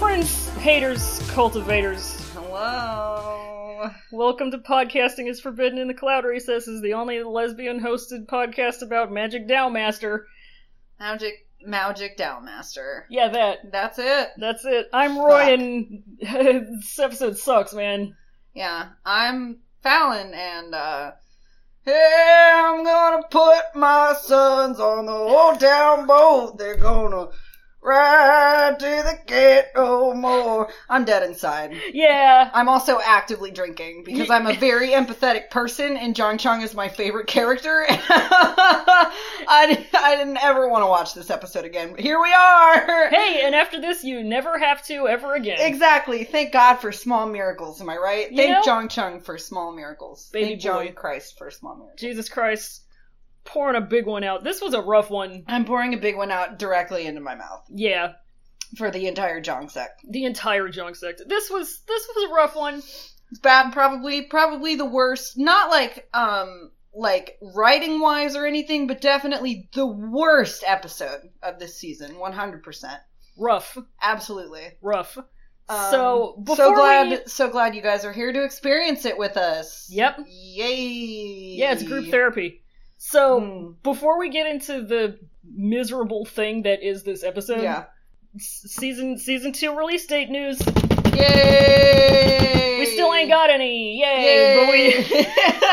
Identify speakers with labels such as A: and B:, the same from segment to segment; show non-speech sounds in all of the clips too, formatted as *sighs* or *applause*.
A: Burns, haters, cultivators.
B: Hello.
A: Welcome to Podcasting is Forbidden in the Cloud Recesses, the only lesbian hosted podcast about Magic Dow Master.
B: Magic Magic Dowmaster.
A: Yeah, that.
B: That's it.
A: That's it. I'm Roy,
B: Fuck.
A: and *laughs* this episode sucks, man.
B: Yeah. I'm Fallon and uh Hey, I'm gonna put my sons on the old town boat. They're gonna ride to the gate no more. I'm dead inside.
A: Yeah.
B: I'm also actively drinking because I'm a very empathetic person, and Jong Chong is my favorite character. *laughs* I, I didn't ever want to watch this episode again, but here we are.
A: Hey, and after this, you never have to ever again.
B: Exactly. Thank God for small miracles. Am I right?
A: You know-
B: Thank Jong Chung for small miracles.
A: Baby boy.
B: Thank Jong Christ for small miracles.
A: Jesus Christ, pouring a big one out. This was a rough one.
B: I'm pouring a big one out directly into my mouth
A: Yeah,
B: for the entire Jong sect.
A: the entire junk sect. This was this was a rough one.
B: It's bad. Probably, probably the worst. Not like um like writing wise or anything, but definitely the worst episode of this season. One hundred percent.
A: Rough,
B: Absolutely.
A: rough.
B: Um,
A: so before
B: so glad,
A: we-
B: so glad you guys are here to experience it with us.
A: Yep.
B: Yay.
A: yeah, it's group therapy. So
B: Mm.
A: before we get into the miserable thing that is this episode,
B: Yeah.
A: s- season season two release date news.
B: Yay!
A: We still ain't got any, yay! But we *laughs*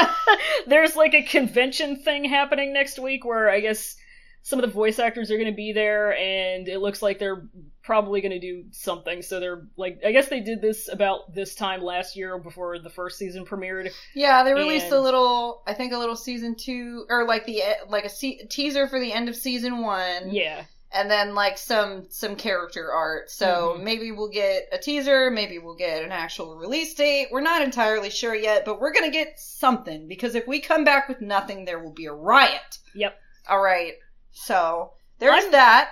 A: there's like a convention thing happening next week where I guess some of the voice actors are going to be there, and it looks like they're probably going to do something. So they're like, I guess they did this about this time last year before the first season premiered.
B: yeah, they released a
A: And-
B: little, I think, a little season two, or like the eh, like a se- teaser for the end of season one,
A: Yeah,
B: and then like some some character art. So
A: Mhm.
B: maybe we'll get a teaser, maybe we'll get an actual release date. We're not entirely sure yet, but we're gonna get something because if we come back with nothing, there will be a riot.
A: Yep.
B: All right. So there's
A: I'm-
B: that.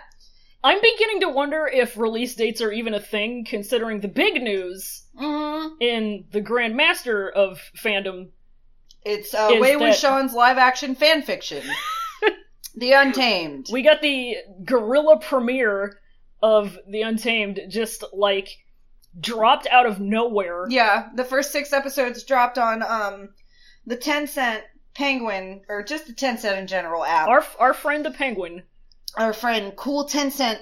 A: I'm beginning to wonder if release dates are even a thing, considering the big news
B: Mm-hmm.
A: in the Grand Master of fandom.
B: It's uh,
A: Is
B: Wayward
A: that-
B: Sean's live action fan
A: *laughs*
B: fiction. the Untamed.
A: We got the gorilla premiere of The Untamed just like dropped out of nowhere.
B: yeah, the first six episodes dropped on um the ten cent penguin or just the ten cent in general app. Our,
A: Our our friend the penguin.
B: friend Cool Ten Cent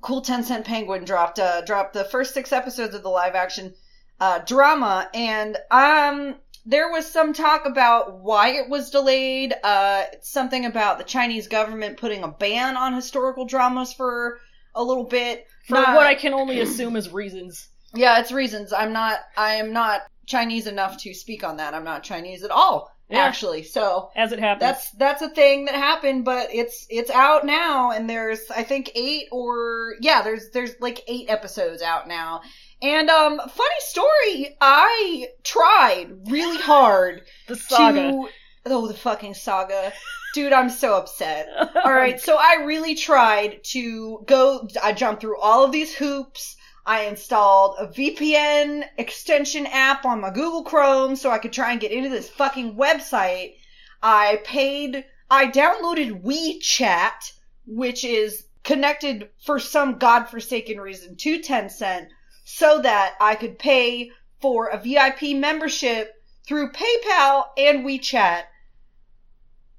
B: Cool Ten Cent Penguin dropped uh dropped the first six episodes of the live action uh drama and um there was some talk about why it was delayed, uh something about the Chinese government putting a ban on historical dramas for a little bit.
A: for
B: Not-
A: what I can only assume is reasons.
B: Yeah, it's reasons. I'm not. I am not Chinese enough to speak on that. I'm not Chinese at all,
A: Yeah.
B: actually. So
A: As it happens,
B: that's that's a thing that happened, but it's it's out now, and there's I think eight or yeah, there's there's like eight episodes out now. And um, funny story, I tried really hard
A: the saga.
B: to oh the fucking saga, dude. I'm so upset.
A: *laughs*
B: *laughs* All
A: all
B: right, so I really tried to go. I jumped through all of these hoops. I installed a VPN extension app on my Google Chrome so I could try and get into this fucking website. I paid. I downloaded WeChat, which is connected for some godforsaken reason to Tencent, so that I could pay for a VIP membership through PayPal and WeChat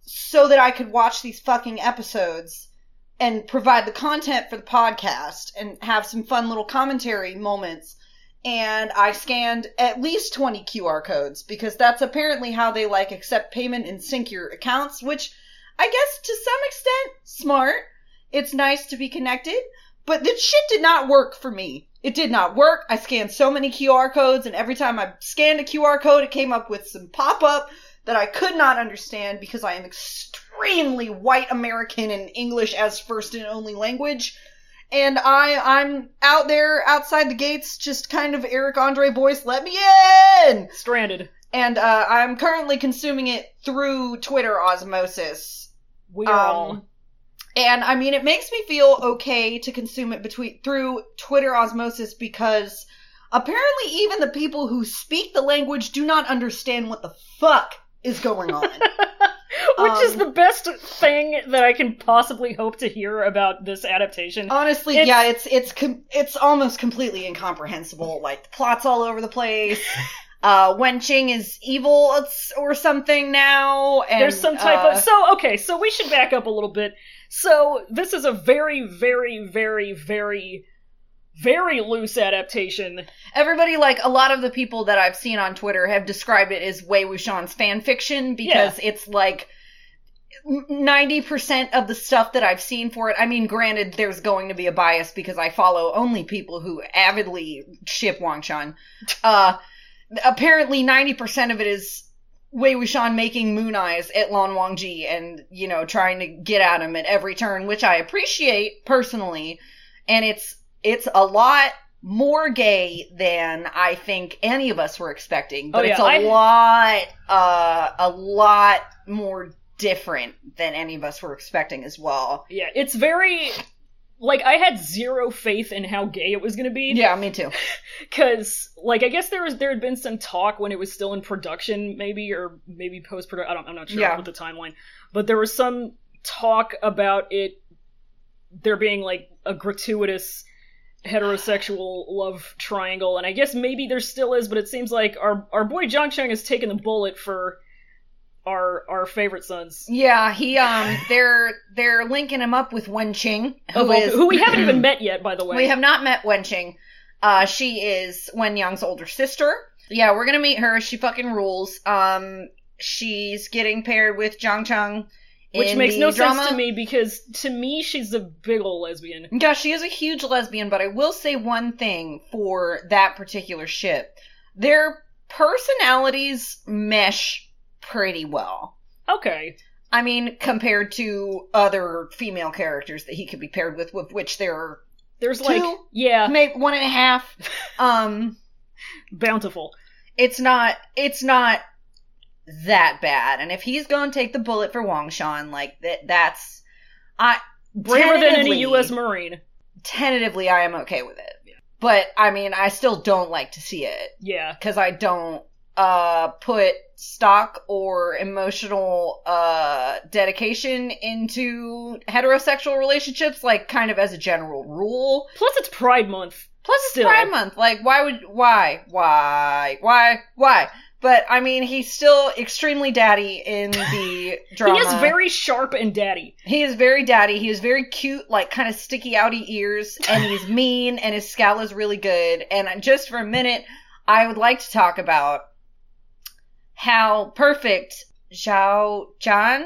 B: so that I could watch these fucking episodes and provide the content for the podcast and have some fun little commentary moments. And I scanned at least 20 QR codes because that's apparently how they like accept payment and sync your accounts, which I guess to some extent, smart. It's nice to be connected, but that shit did not work for me. It did not work. I scanned so many QR codes, and every time I scanned a QR code, it came up with some pop up that I could not understand because I am extremely white American and English as first and only language. And I, I'm out there outside the gates, just kind of Eric Andre voice, let me in!
A: stranded.
B: And uh, I'm currently consuming it through Twitter osmosis.
A: We are all
B: Um, and I mean, it makes me feel okay to consume it between through Twitter osmosis because apparently even the people who speak the language do not understand what the fuck is going on.
A: Which is
B: Um,
A: the best thing that I can possibly hope to hear about this adaptation.
B: Honestly,
A: It's-
B: yeah, it's it's com- it's almost completely incomprehensible. Like the plots all over the
A: *laughs*
B: place. uh, Wenching is evil it's- or something now. And,
A: There's some type
B: uh,
A: of so okay, so we should back up a little bit. So this is a very, very, very, very, very loose adaptation.
B: Everybody, like a lot of the people that I've seen on Twitter, have described it as Wei Wuxian's fan fiction because it's like ninety percent of the stuff that I've seen for it. I mean, granted, there's going to be a bias because I follow only people who avidly ship Wang Shan. Uh, apparently, ninety percent of it is Wei Wuxian making moon eyes at Lan Wangji and you know trying to get at him at every turn, which I appreciate personally, and it's it's a lot more gay than I think any of us were expecting,
A: Oh,
B: but
A: yeah,
B: it's a
A: I-
B: lot uh a lot more different than any of us were expecting as well.
A: Yeah, it's very like I had zero faith in how gay it was going to be.
B: Yeah, me too.
A: because like I guess there was there had been some talk when it was still in production, maybe or maybe post production. I don't, I'm not sure
B: Yeah.
A: what the timeline, but there was some talk about it there being like a gratuitous heterosexual love triangle, and I guess maybe there still is, but it seems like our our boy Jong Chang has taken the bullet for our our favorite sons.
B: Yeah, he um they're they're linking him up with Wen Qing,
A: Of
B: who
A: all-
B: is
A: who we haven't
B: *clears throat*
A: even met yet, by the way.
B: We have not met Wen Qing. Uh, she is Wen Yang's older sister. Yeah, we're gonna meet her. She fucking rules. Um, she's getting paired with Zhang Cheng,
A: which
B: in
A: makes
B: the
A: no
B: drama.
A: sense to me because to me she's a big ol' lesbian.
B: Yeah, she is a huge lesbian, but I will say one thing for that particular ship: their personalities mesh pretty well.
A: Okay.
B: I mean, compared to other female characters that he could be paired with, with which there are
A: There's
B: Two?
A: like yeah,
B: maybe one and
A: *laughs*
B: a half. Um.
A: bountiful.
B: it's not it's not that bad. And if he's going to take the bullet for Wong Shan, like that that's
A: Braver than any
B: Tentatively.
A: U.S. Marine.
B: tentatively I am okay with it. But I mean, I still don't like to see it
A: Yeah.
B: cuz I don't uh put stock or emotional uh dedication into heterosexual relationships like kind of as a general rule.
A: Plus, it's Pride Month.
B: Plus, it's
A: Still.
B: Pride Month. Like, why would why why why why? But I mean, he's still extremely daddy
A: *laughs*
B: in the drama.
A: He is very sharp and daddy.
B: He is very daddy. He is very cute, like kind of sticky outy ears, and
A: *laughs*
B: he's mean, and his scowl is really good. And just for a minute, I would like to talk about how perfect Xiao John,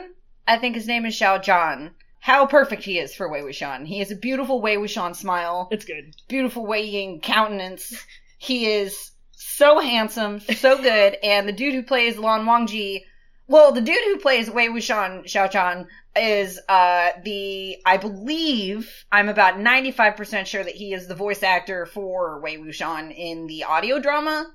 B: I think his name is Xiao John, how perfect he is for Wei Wuxian. He has a beautiful Wei Wuxian smile
A: It's good.
B: beautiful weighing countenance. He is so handsome, so good, and the dude who plays Lan Wangji, well, the dude who plays Wei Wuxian Xiaochan is uh the I believe I'm about 95% sure that he is the voice actor for Wei Wuxian in the audio drama.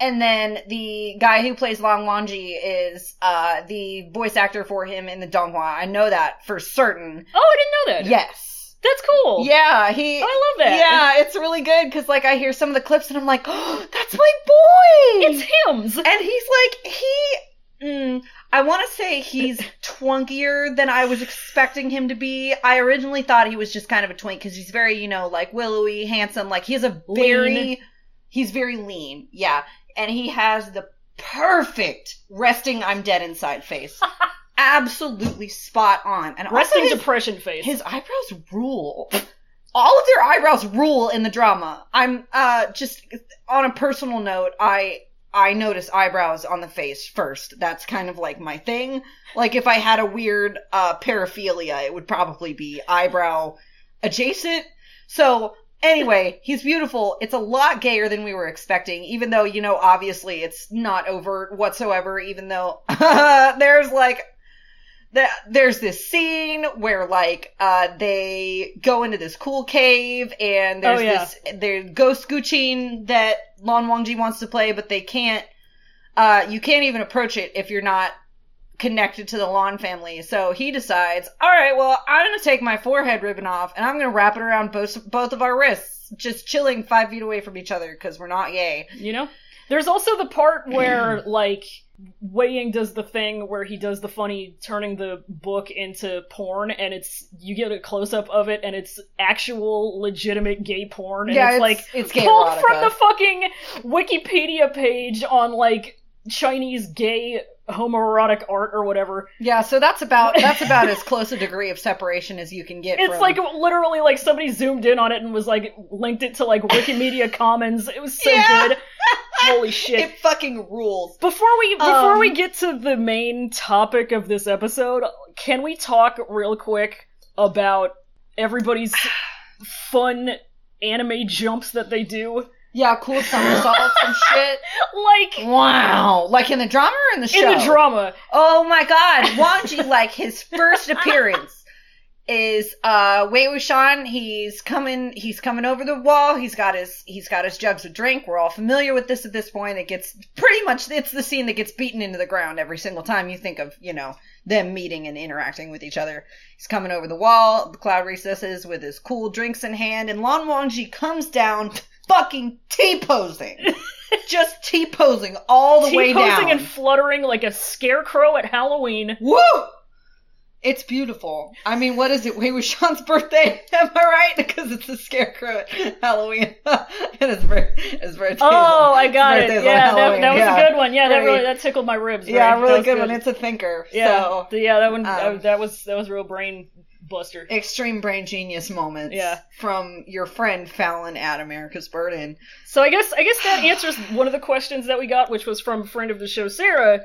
B: And then the guy who plays Lan Wangji is uh the voice actor for him in the Donghua. I know that for certain.
A: Oh, I didn't know that.
B: Yes.
A: That's cool.
B: Yeah, he
A: I love that.
B: yeah, it's really good because like I hear some of the clips and I'm like, *gasps* oh, that's my boy.
A: It's hymns.
B: and he's like he. Mm, I want to
A: *laughs*
B: say he's twunkier than I was expecting him to be. I originally thought he was just kind of a twink because he's very, you know, like willowy, handsome. Like he's a very,
A: Lean.
B: he's very lean. Yeah, and he has the perfect resting "I'm dead
A: *laughs*
B: inside" face. Absolutely spot on. And also
A: Resting
B: his
A: depression face.
B: his eyebrows rule. All of their eyebrows rule in the drama. I'm uh just on a personal note, I I notice eyebrows on the face first. That's kind of like my thing. Like if I had a weird uh paraphilia, it would probably be eyebrow adjacent. So anyway, he's beautiful. It's a lot gayer than we were expecting, even though, you know, obviously it's not overt whatsoever, even though *laughs* there's like the, there's this scene where like uh they go into this cool cave and there's
A: Oh, yeah.
B: this there's ghost guchin that Lon Wangji wants to play, but they can't uh you can't even approach it if you're not connected to the Lon family. So he decides, all right, well, I'm going to take my forehead ribbon off and I'm going to wrap it around both, both of our wrists, just chilling five feet away from each other because we're not gay.
A: you know. There's also the part where *clears throat* like Weighing does the thing where he does the funny turning the book into porn, and it's you get a close up of it, and it's actual legitimate gay porn, and
B: Yeah,
A: it's,
B: it's-
A: like
B: it's gay
A: pulled from
B: erotica.
A: the fucking Wikipedia page on like Chinese gay homoerotic art or whatever.
B: Yeah, so
A: *laughs*
B: that's about that's about as close a degree of separation as you can get.
A: It's
B: from,
A: like literally like somebody zoomed in on it and was like linked it to like
B: *laughs*
A: Wikimedia Commons. It was so
B: Yeah.
A: good. Holy shit.
B: it fucking rules.
A: Before we before
B: Um,
A: we get to the main topic of this episode, can we talk real quick about
B: *sighs*
A: everybody's fun anime jumps that they do?
B: Yeah, cool somersaults and shit.
A: Like
B: Wow, like in the drama or in the show?
A: in the drama,
B: Oh my god, Wangji, like his first appearance is uh Wei Wuxian, he's coming he's coming over the wall, he's got his he's got his jugs of drink. We're all familiar with this at this point. It gets pretty much it's the scene that gets beaten into the ground every single time you think of, you know, them meeting and interacting with each other. He's coming over the wall, the cloud recesses with his cool drinks in hand, and Lan Wangji comes down fucking T posing. Just T posing all the way
A: T
B: down.
A: posing and fluttering like a scarecrow at
B: *laughs*
A: Halloween.
B: Woo! It's beautiful. I mean, what is it? Wait, it was Sean's birthday? *laughs* Am I right? Because it's a scarecrow at Halloween. *laughs* and his, bir- his birthday.
A: Oh, I got it.
B: birthday's on
A: Yeah, that,
B: Halloween,
A: that was
B: yeah.
A: a good one. Yeah, that
B: Great.
A: really that tickled my ribs.
B: is,
A: Ray.
B: yeah,
A: That
B: really
A: was
B: good one. It's a thinker.
A: yeah,
B: So,
A: th- yeah, that one
B: um,
A: uh, that was that was a real brain buster.
B: extreme brain genius moments
A: Yeah.
B: from your friend Fallon at America's Burden.
A: So I guess I guess
B: *sighs*
A: that answers one of the questions that we got, which was from a friend of the show Sarah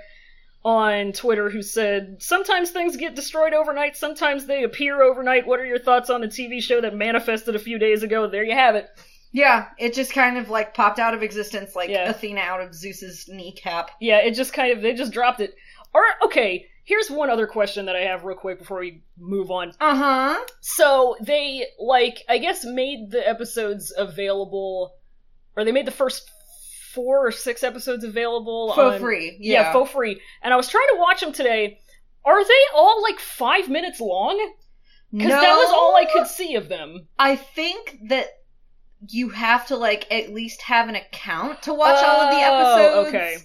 A: on Twitter, who said, "Sometimes things get destroyed overnight. Sometimes they appear overnight. What are your thoughts on the TV show that manifested a few days ago?" There you have it.
B: Yeah, it just kind of like popped out of existence like
A: Yeah.
B: Athena out of Zeus's kneecap.
A: Yeah, it just kind of they just dropped it. All right, okay. Here's one other question that I have real quick before we move on.
B: Uh huh.
A: So they like I guess made the episodes available, or they made the first four or six episodes available
B: For
A: on-
B: free. Yeah.
A: Yeah, for free. And I was trying to watch them today. Are they all like five minutes long? Because that was all I
B: No.
A: could see of them.
B: I think that you have to like at least have an account to watch all of the
A: Oh,
B: episodes.
A: okay.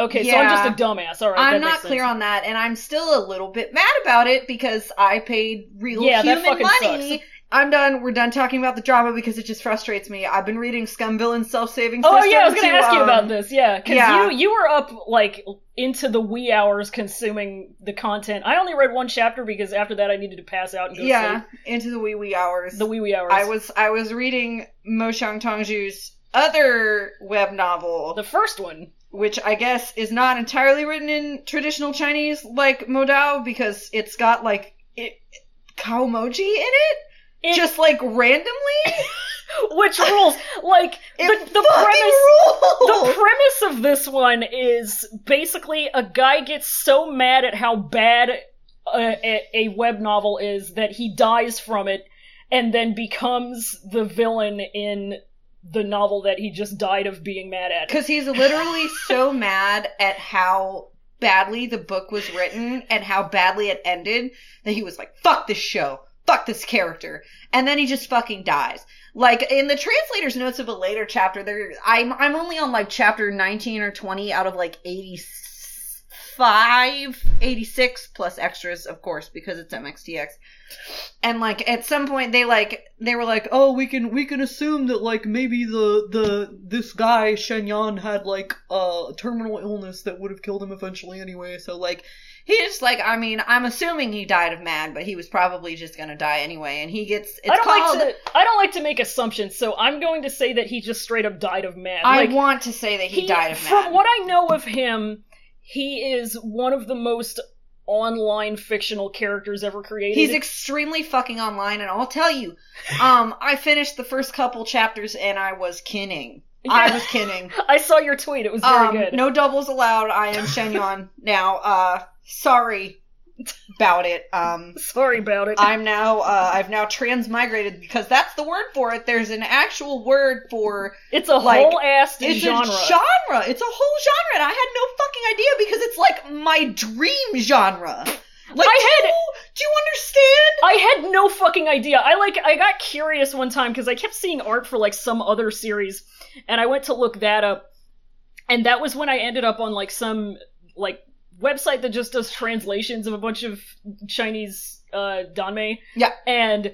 A: Okay, so I'm just a dumbass. All right,
B: I'm
A: that makes
B: not clear
A: sense.
B: on that, and I'm still a little bit mad about it because I paid real
A: Yeah, that
B: human
A: fucking
B: money. I'm done. We're done talking about the drama because it just frustrates me. I've been reading Scumville and Self Saving
A: Oh
B: System.
A: yeah, I was gonna
B: to,
A: ask you
B: um,
A: about this. Yeah, because
B: yeah.
A: you you were up like into the wee hours consuming the content. I only read one chapter because after that I needed to pass out and go
B: Yeah,
A: sleep.
B: into the wee wee hours.
A: The wee wee hours.
B: I was I was reading Mo Shang Tongju's other web novel.
A: the first one.
B: which I guess is not entirely written in traditional Chinese like Modao because it's got like it, Kaomoji in it,
A: It-
B: just like randomly.
A: *laughs* which
B: *laughs*
A: rules like
B: It
A: the, the
B: fucking
A: premise
B: rules!
A: The
B: *laughs*
A: premise of this one is basically a guy gets so mad at how bad a, a, a web novel is that he dies from it and then becomes the villain in the novel that he just died of being mad at.
B: Because he's literally so mad at how badly the book was written and how badly it ended that he was like, fuck this show. Fuck this character. And then he just fucking dies. Like in the translator's notes of a later chapter, there I'm I'm only on like chapter 19 or 20 out of like 85, 86 plus extras, of course, because it's MXTX and like at some point they like they were like oh we can we can assume that like maybe the the this guy Shenyan had like a terminal illness that would have killed him eventually anyway so like he's like I mean I'm assuming he died of mad but he was probably just gonna die anyway and he gets it's
A: I don't
B: called
A: like to I don't like to make assumptions, so I'm going to say that he just straight up died of mad.
B: I
A: like,
B: want to say that he, died of mad
A: From what I know of him, he is one of the most online fictional characters ever created.
B: He's extremely fucking online, and I'll tell you, um, I finished the first couple chapters and I was kidding. I
A: Yeah.
B: was kidding.
A: *laughs* I saw your tweet. It was very
B: Um,
A: good.
B: No doubles allowed. I am Shenyon now. Uh, sorry about it. Um,
A: *laughs* Sorry about it.
B: I'm now. Uh, I've now transmigrated because that's the word for it. There's an actual word for
A: It's a
B: Like,
A: whole ass
B: it's
A: genre.
B: a genre. It's a whole genre, and I had no fucking idea because it's like my dream genre. Like,
A: I
B: do,
A: had-
B: you- do you understand?
A: I had no fucking idea. I like I got curious one time because I kept seeing art for like some other series, and I went to look that up. and that was when I ended up on like some like website that just does translations of a bunch of Chinese uh Danmei.
B: Yeah.
A: And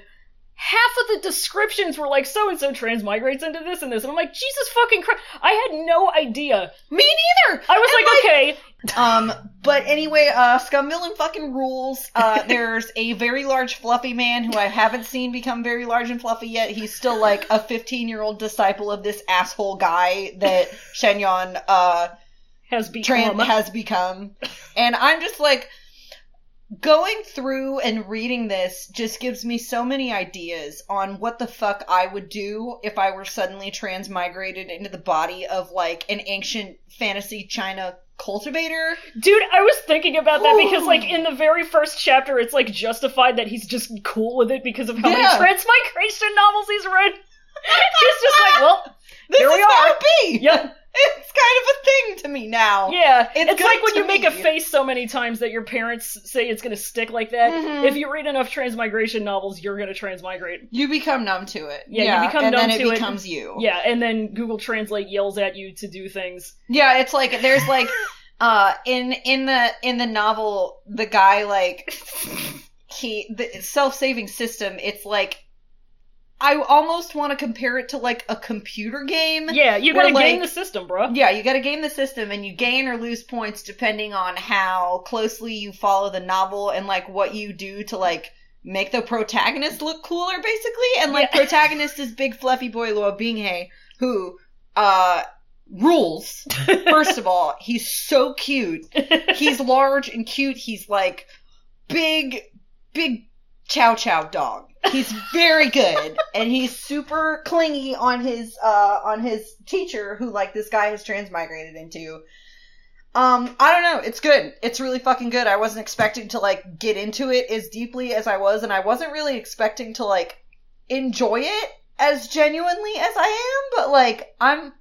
A: half of the descriptions were like so and so transmigrates into this and this and I'm like Jesus fucking Christ I had no idea
B: Me neither.
A: I was
B: And,
A: like okay
B: Um, but anyway, uh, Scumvillain fucking rules.
A: *laughs*
B: Uh, there's a very large fluffy man who I haven't seen become very large and fluffy yet. He's still like a 15 year old disciple of this asshole guy that Shenyon, uh,
A: has become
B: Tran has become. *laughs* And I'm just like, going through and reading this just gives me so many ideas on what the fuck I would do if I were suddenly transmigrated into the body of like an ancient fantasy China cultivator.
A: Dude, I was thinking about that because,
B: Ooh.
A: like, in the very first chapter, it's like justified that he's just cool with it because of how
B: Yeah.
A: many transmigration novels he's
B: *laughs*
A: read. he's just like, well,
B: This
A: Here
B: is
A: we are.
B: how it be. *laughs*
A: yeah,
B: It's kind of a thing to me now.
A: yeah.
B: It's
A: It's,
B: good
A: like when
B: to
A: you make a
B: me.
A: face so many times that your parents say it's gonna stick like that.
B: Mhm.
A: If you read enough transmigration novels, you're gonna transmigrate.
B: You become numb to it.
A: Yeah, you become
B: and
A: numb
B: then it
A: to it.
B: becomes you.
A: Yeah, and then Google Translate yells at you to do things.
B: Yeah, it's like there's like uh in in the in the novel the guy like he the self-saving system it's like I almost want to compare it to like a computer game.
A: Yeah, you
B: Mm-hmm. We're
A: gotta
B: like-
A: game the system, bro.
B: Yeah, you got to game the system and you gain or lose points depending on how closely you follow the novel and like what you do to like make the protagonist look cooler basically. And like
A: Yeah.
B: protagonist is big fluffy boy Luo Binghe who uh rules. First of all, he's so cute. *laughs* He's large and cute. He's like big big chow chow dog. He's very good and he's super clingy on his uh on his teacher who like this guy has transmigrated into. Um I don't know, it's good. It's really fucking good. I wasn't expecting to like get into it as deeply as I was and I wasn't really expecting to like enjoy it as genuinely as I am, but like I'm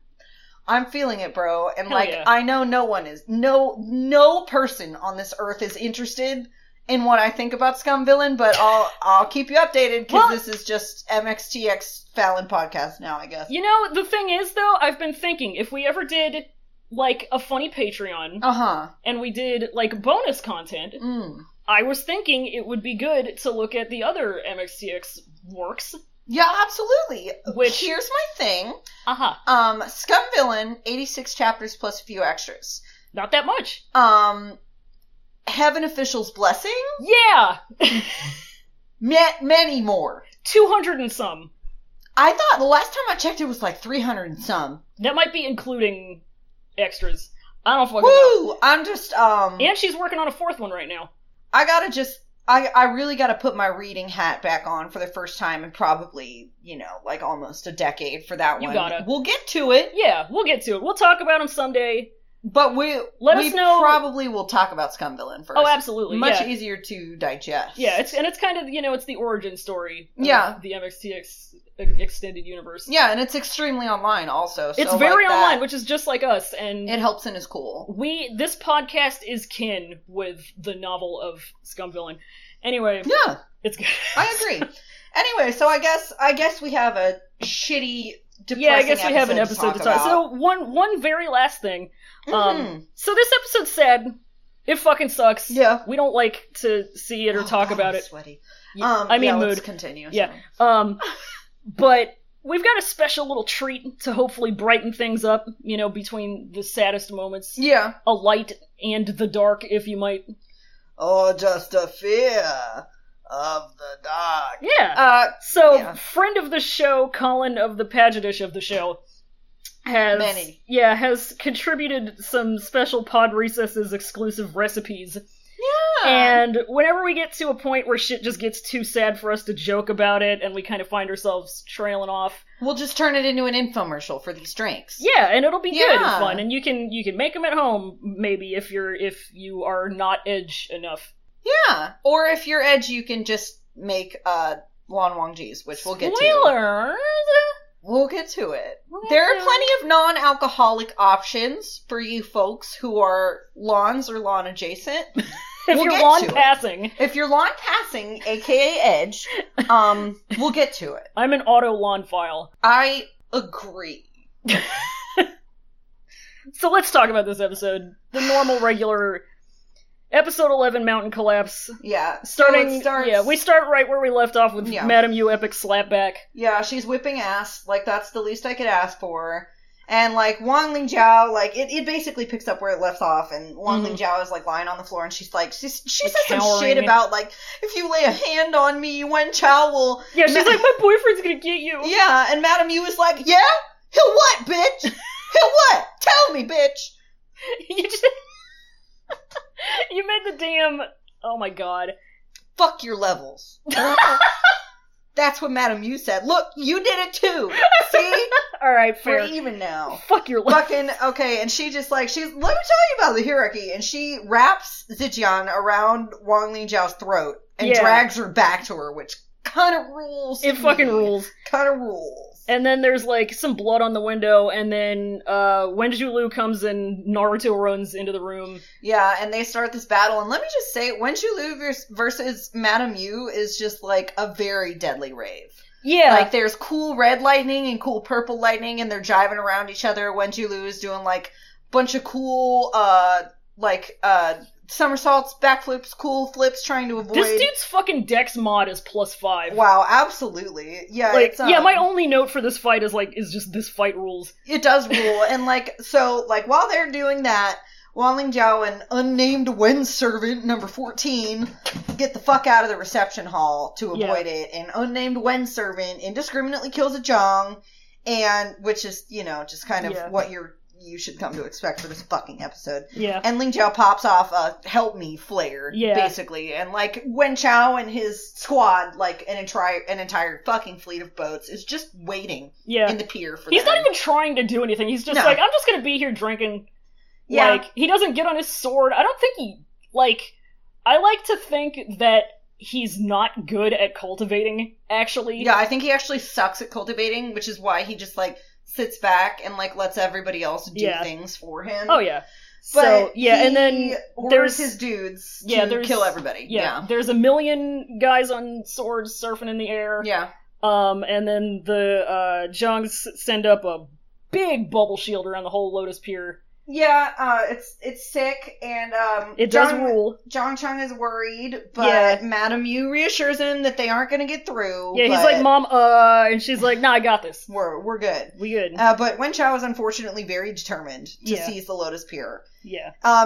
B: I'm feeling it, bro. And
A: Hell
B: like
A: yeah.
B: I know no one is no no person on this earth is interested in what I think about Scum Villain, but I'll I'll keep you updated because
A: Well-
B: this is just MXTX Fallon podcast now, I guess.
A: *laughs* you know, the thing is, though, I've been thinking if we ever did like a funny Patreon.
B: Uh huh.
A: and we did like bonus content,
B: Mm.
A: I was thinking it would be good to look at the other MXTX works.
B: Yeah, absolutely.
A: Which- uh-huh,
B: here's my thing.
A: Aha,
B: Um, Scum Villain, eighty six chapters plus a few extras.
A: not that much.
B: Um, Heaven Official's Blessing,
A: Yeah, *laughs*
B: ma- many more.
A: two hundred and some.
B: I thought the last time I checked, it was like three hundred and some.
A: That might be including extras. I don't fucking know.
B: Woo! I'm just um.
A: And she's working on a fourth one right now.
B: I gotta just I I really gotta put my reading hat back on for the first time in probably, you know, like almost a decade for that
A: You
B: one.
A: gotta.
B: We'll get to it.
A: Yeah, we'll get to it. We'll talk about them someday.
B: But we
A: Let
B: we
A: us know-
B: probably will talk about Scum Villain first.
A: Oh, absolutely.
B: Much
A: yeah.
B: easier to digest.
A: yeah, it's and it's kind of you know it's the origin story. of
B: Yeah.
A: the MXTX extended universe.
B: Yeah, and it's extremely online also. So
A: it's very
B: like that,
A: online, which is just like us. And
B: it helps and is cool.
A: we this podcast is kin with the novel of scum villain anyway
B: Yeah,
A: it's good
B: I agree. anyway, so I guess I guess we have a shitty
A: *laughs*
B: depressing
A: yeah i guess we have an
B: episode
A: episode to talk
B: about.
A: so one one very last thing
B: Mhm.
A: um so this episode's sad it fucking sucks
B: yeah.
A: we don't like to see it or
B: Oh,
A: talk
B: God,
A: about
B: *sighs* I'm
A: it
B: Sweaty.
A: Y-
B: Um,
A: i mean
B: yeah,
A: mood
B: Let's continue.
A: Yeah.
B: sorry. *laughs*
A: um but we've got a special little treat to hopefully brighten things up you know between the saddest moments
B: Yeah.
A: a light and the dark if you might
B: or Oh, just a fear of the dark.
A: yeah
B: Uh,
A: So,
B: Yeah.
A: friend of the show, Colin of the Pagedish of the show, has
B: Many.
A: yeah has contributed some special Pod Recesses exclusive recipes. And whenever we get to a point where shit just gets too sad for us to joke about it, and we kind of find ourselves trailing off,
B: we'll just turn it into an infomercial for these drinks.
A: yeah, and it'll be good
B: Yeah.
A: and fun, and you can you can make them at home maybe if you're if you are not edge enough.
B: Yeah. Or if you're edge, you can just make uh Lon Wong Ji's, which we'll get to.
A: Spoilers!
B: We'll get to it. There are plenty of non-alcoholic options for you folks who are lawns or lawn adjacent. *laughs*
A: If
B: we'll
A: you're
B: get
A: lawn
B: to it.
A: passing,
B: If you're lawn passing, aka edge, um, we'll get to it.
A: I'm an auto lawn file.
B: I agree.
A: So let's talk about this episode. The normal, regular episode 11 Mountain Collapse.
B: Yeah. So
A: Starting.
B: it starts-
A: yeah, we start right where we left off with
B: Yeah.
A: Madam U epic slapback.
B: Yeah, she's whipping ass. Like that's the least I could ask for. And like Wang Ling Zhao, like it, it basically picks up where it left off, and Wang Ling Zhao is like lying on the floor, and she's like, she's,
A: Mm.
B: she
A: Like,
B: says some shit
A: cowering.
B: about like if you lay a hand on me, one child will.
A: Yeah, she's like, my boyfriend's gonna get you.
B: Yeah, and Madam Yu is like, yeah, he'll what, bitch? He'll what? Tell me, bitch.
A: *laughs* you just. *laughs* you made the damn. Oh my god.
B: Fuck
A: *laughs*
B: your levels. That's what Madam Yu said. Look, you did it too.
A: *laughs*
B: See,
A: Alright,
B: we're
A: fair. *laughs*
B: even now.
A: Fuck your life.
B: fucking okay and she just like she's let me tell you about the hierarchy and she wraps Zijian around Wang Ling Zhao's throat and
A: Yeah.
B: drags her back to her which kind of rules
A: It fucking rules.
B: kind of rules
A: And then there's like some blood on the window, and then uh, Wenjulu comes and Naruto runs into the room.
B: yeah and they start this battle and let me just say Wen Chulu vers- versus Madame Yu is just like a very deadly rave
A: Yeah,
B: Like there's cool red lightning and cool purple lightning, and they're jiving around each other. Wen Julu is doing like bunch of cool, uh, like uh, somersaults, backflips, cool flips, trying to avoid.
A: this dude's fucking dex mod is plus five.
B: wow, absolutely, yeah,
A: Like,
B: it's, um,
A: yeah, my only note for this fight is like, is just this fight rules.
B: it does rule, and like so, like while they're doing that. Wang Ling Zhao and unnamed Wen servant number 14 get the fuck out of the reception hall to
A: Yeah.
B: avoid it. And unnamed Wen servant indiscriminately kills a Zhang and which is you know just kind of
A: Yeah.
B: what you're you should come to expect for this fucking episode.
A: Yeah,
B: And Ling Chao pops off a help me flare,
A: Yeah.
B: basically, and like Wen Chao and his squad, like an entire an entire fucking fleet of boats is just waiting
A: yeah.
B: in the pier for
A: He's
B: them.
A: not even trying to do anything. He's just
B: No.
A: like, I'm just gonna be here drinking.
B: yeah,
A: Like, he doesn't get on his sword. I don't think he like. I like to think that he's not good at cultivating. Actually,
B: yeah. I think he actually sucks at cultivating, which is why he just like sits back and like lets everybody else do
A: Yeah.
B: things for him.
A: Oh yeah.
B: But
A: so yeah, and
B: he
A: then
B: orders
A: there's-
B: his dudes to
A: Yeah, there's-
B: kill everybody.
A: yeah, there's a million guys on swords surfing in the air.
B: yeah. yeah.
A: Um, and then the uh, Jungs send up a big bubble shield around the whole Lotus Pier.
B: Yeah, uh, it's it's sick, and um,
A: It does
B: Jong,
A: rule.
B: Jong Chang is worried, but
A: Yeah.
B: Madam Yu reassures him that they aren't going to get through.
A: Yeah, he's
B: but
A: like, Mom, uh, and she's like, Nah, I got this.
B: we're we're good.
A: We good.
B: Uh, but Wen Chao is unfortunately very determined to
A: Yeah.
B: seize the Lotus Pier.
A: yeah.
B: Uh,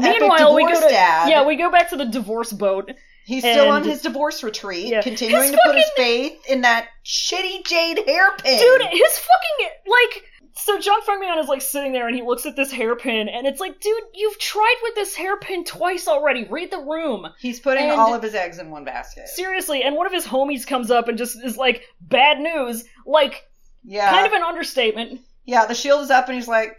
A: Meanwhile, we
B: epic
A: go
B: divorce
A: to
B: dad.
A: yeah, we go back to the divorce boat.
B: he's still on
A: and-
B: his divorce retreat,
A: Yeah.
B: continuing
A: His
B: to put his faith in that shitty jade hairpin.
A: Dude, his fucking like. So John Frogman is like sitting there and he looks at this hairpin and it's like, dude, you've tried with this hairpin twice already. Read the room.
B: he's putting
A: and-
B: all of his eggs in one basket.
A: Seriously, and one of his homies comes up and just is like, bad news. Like,
B: Yeah,
A: kind of an understatement.
B: Yeah, the shield is up, and he's like,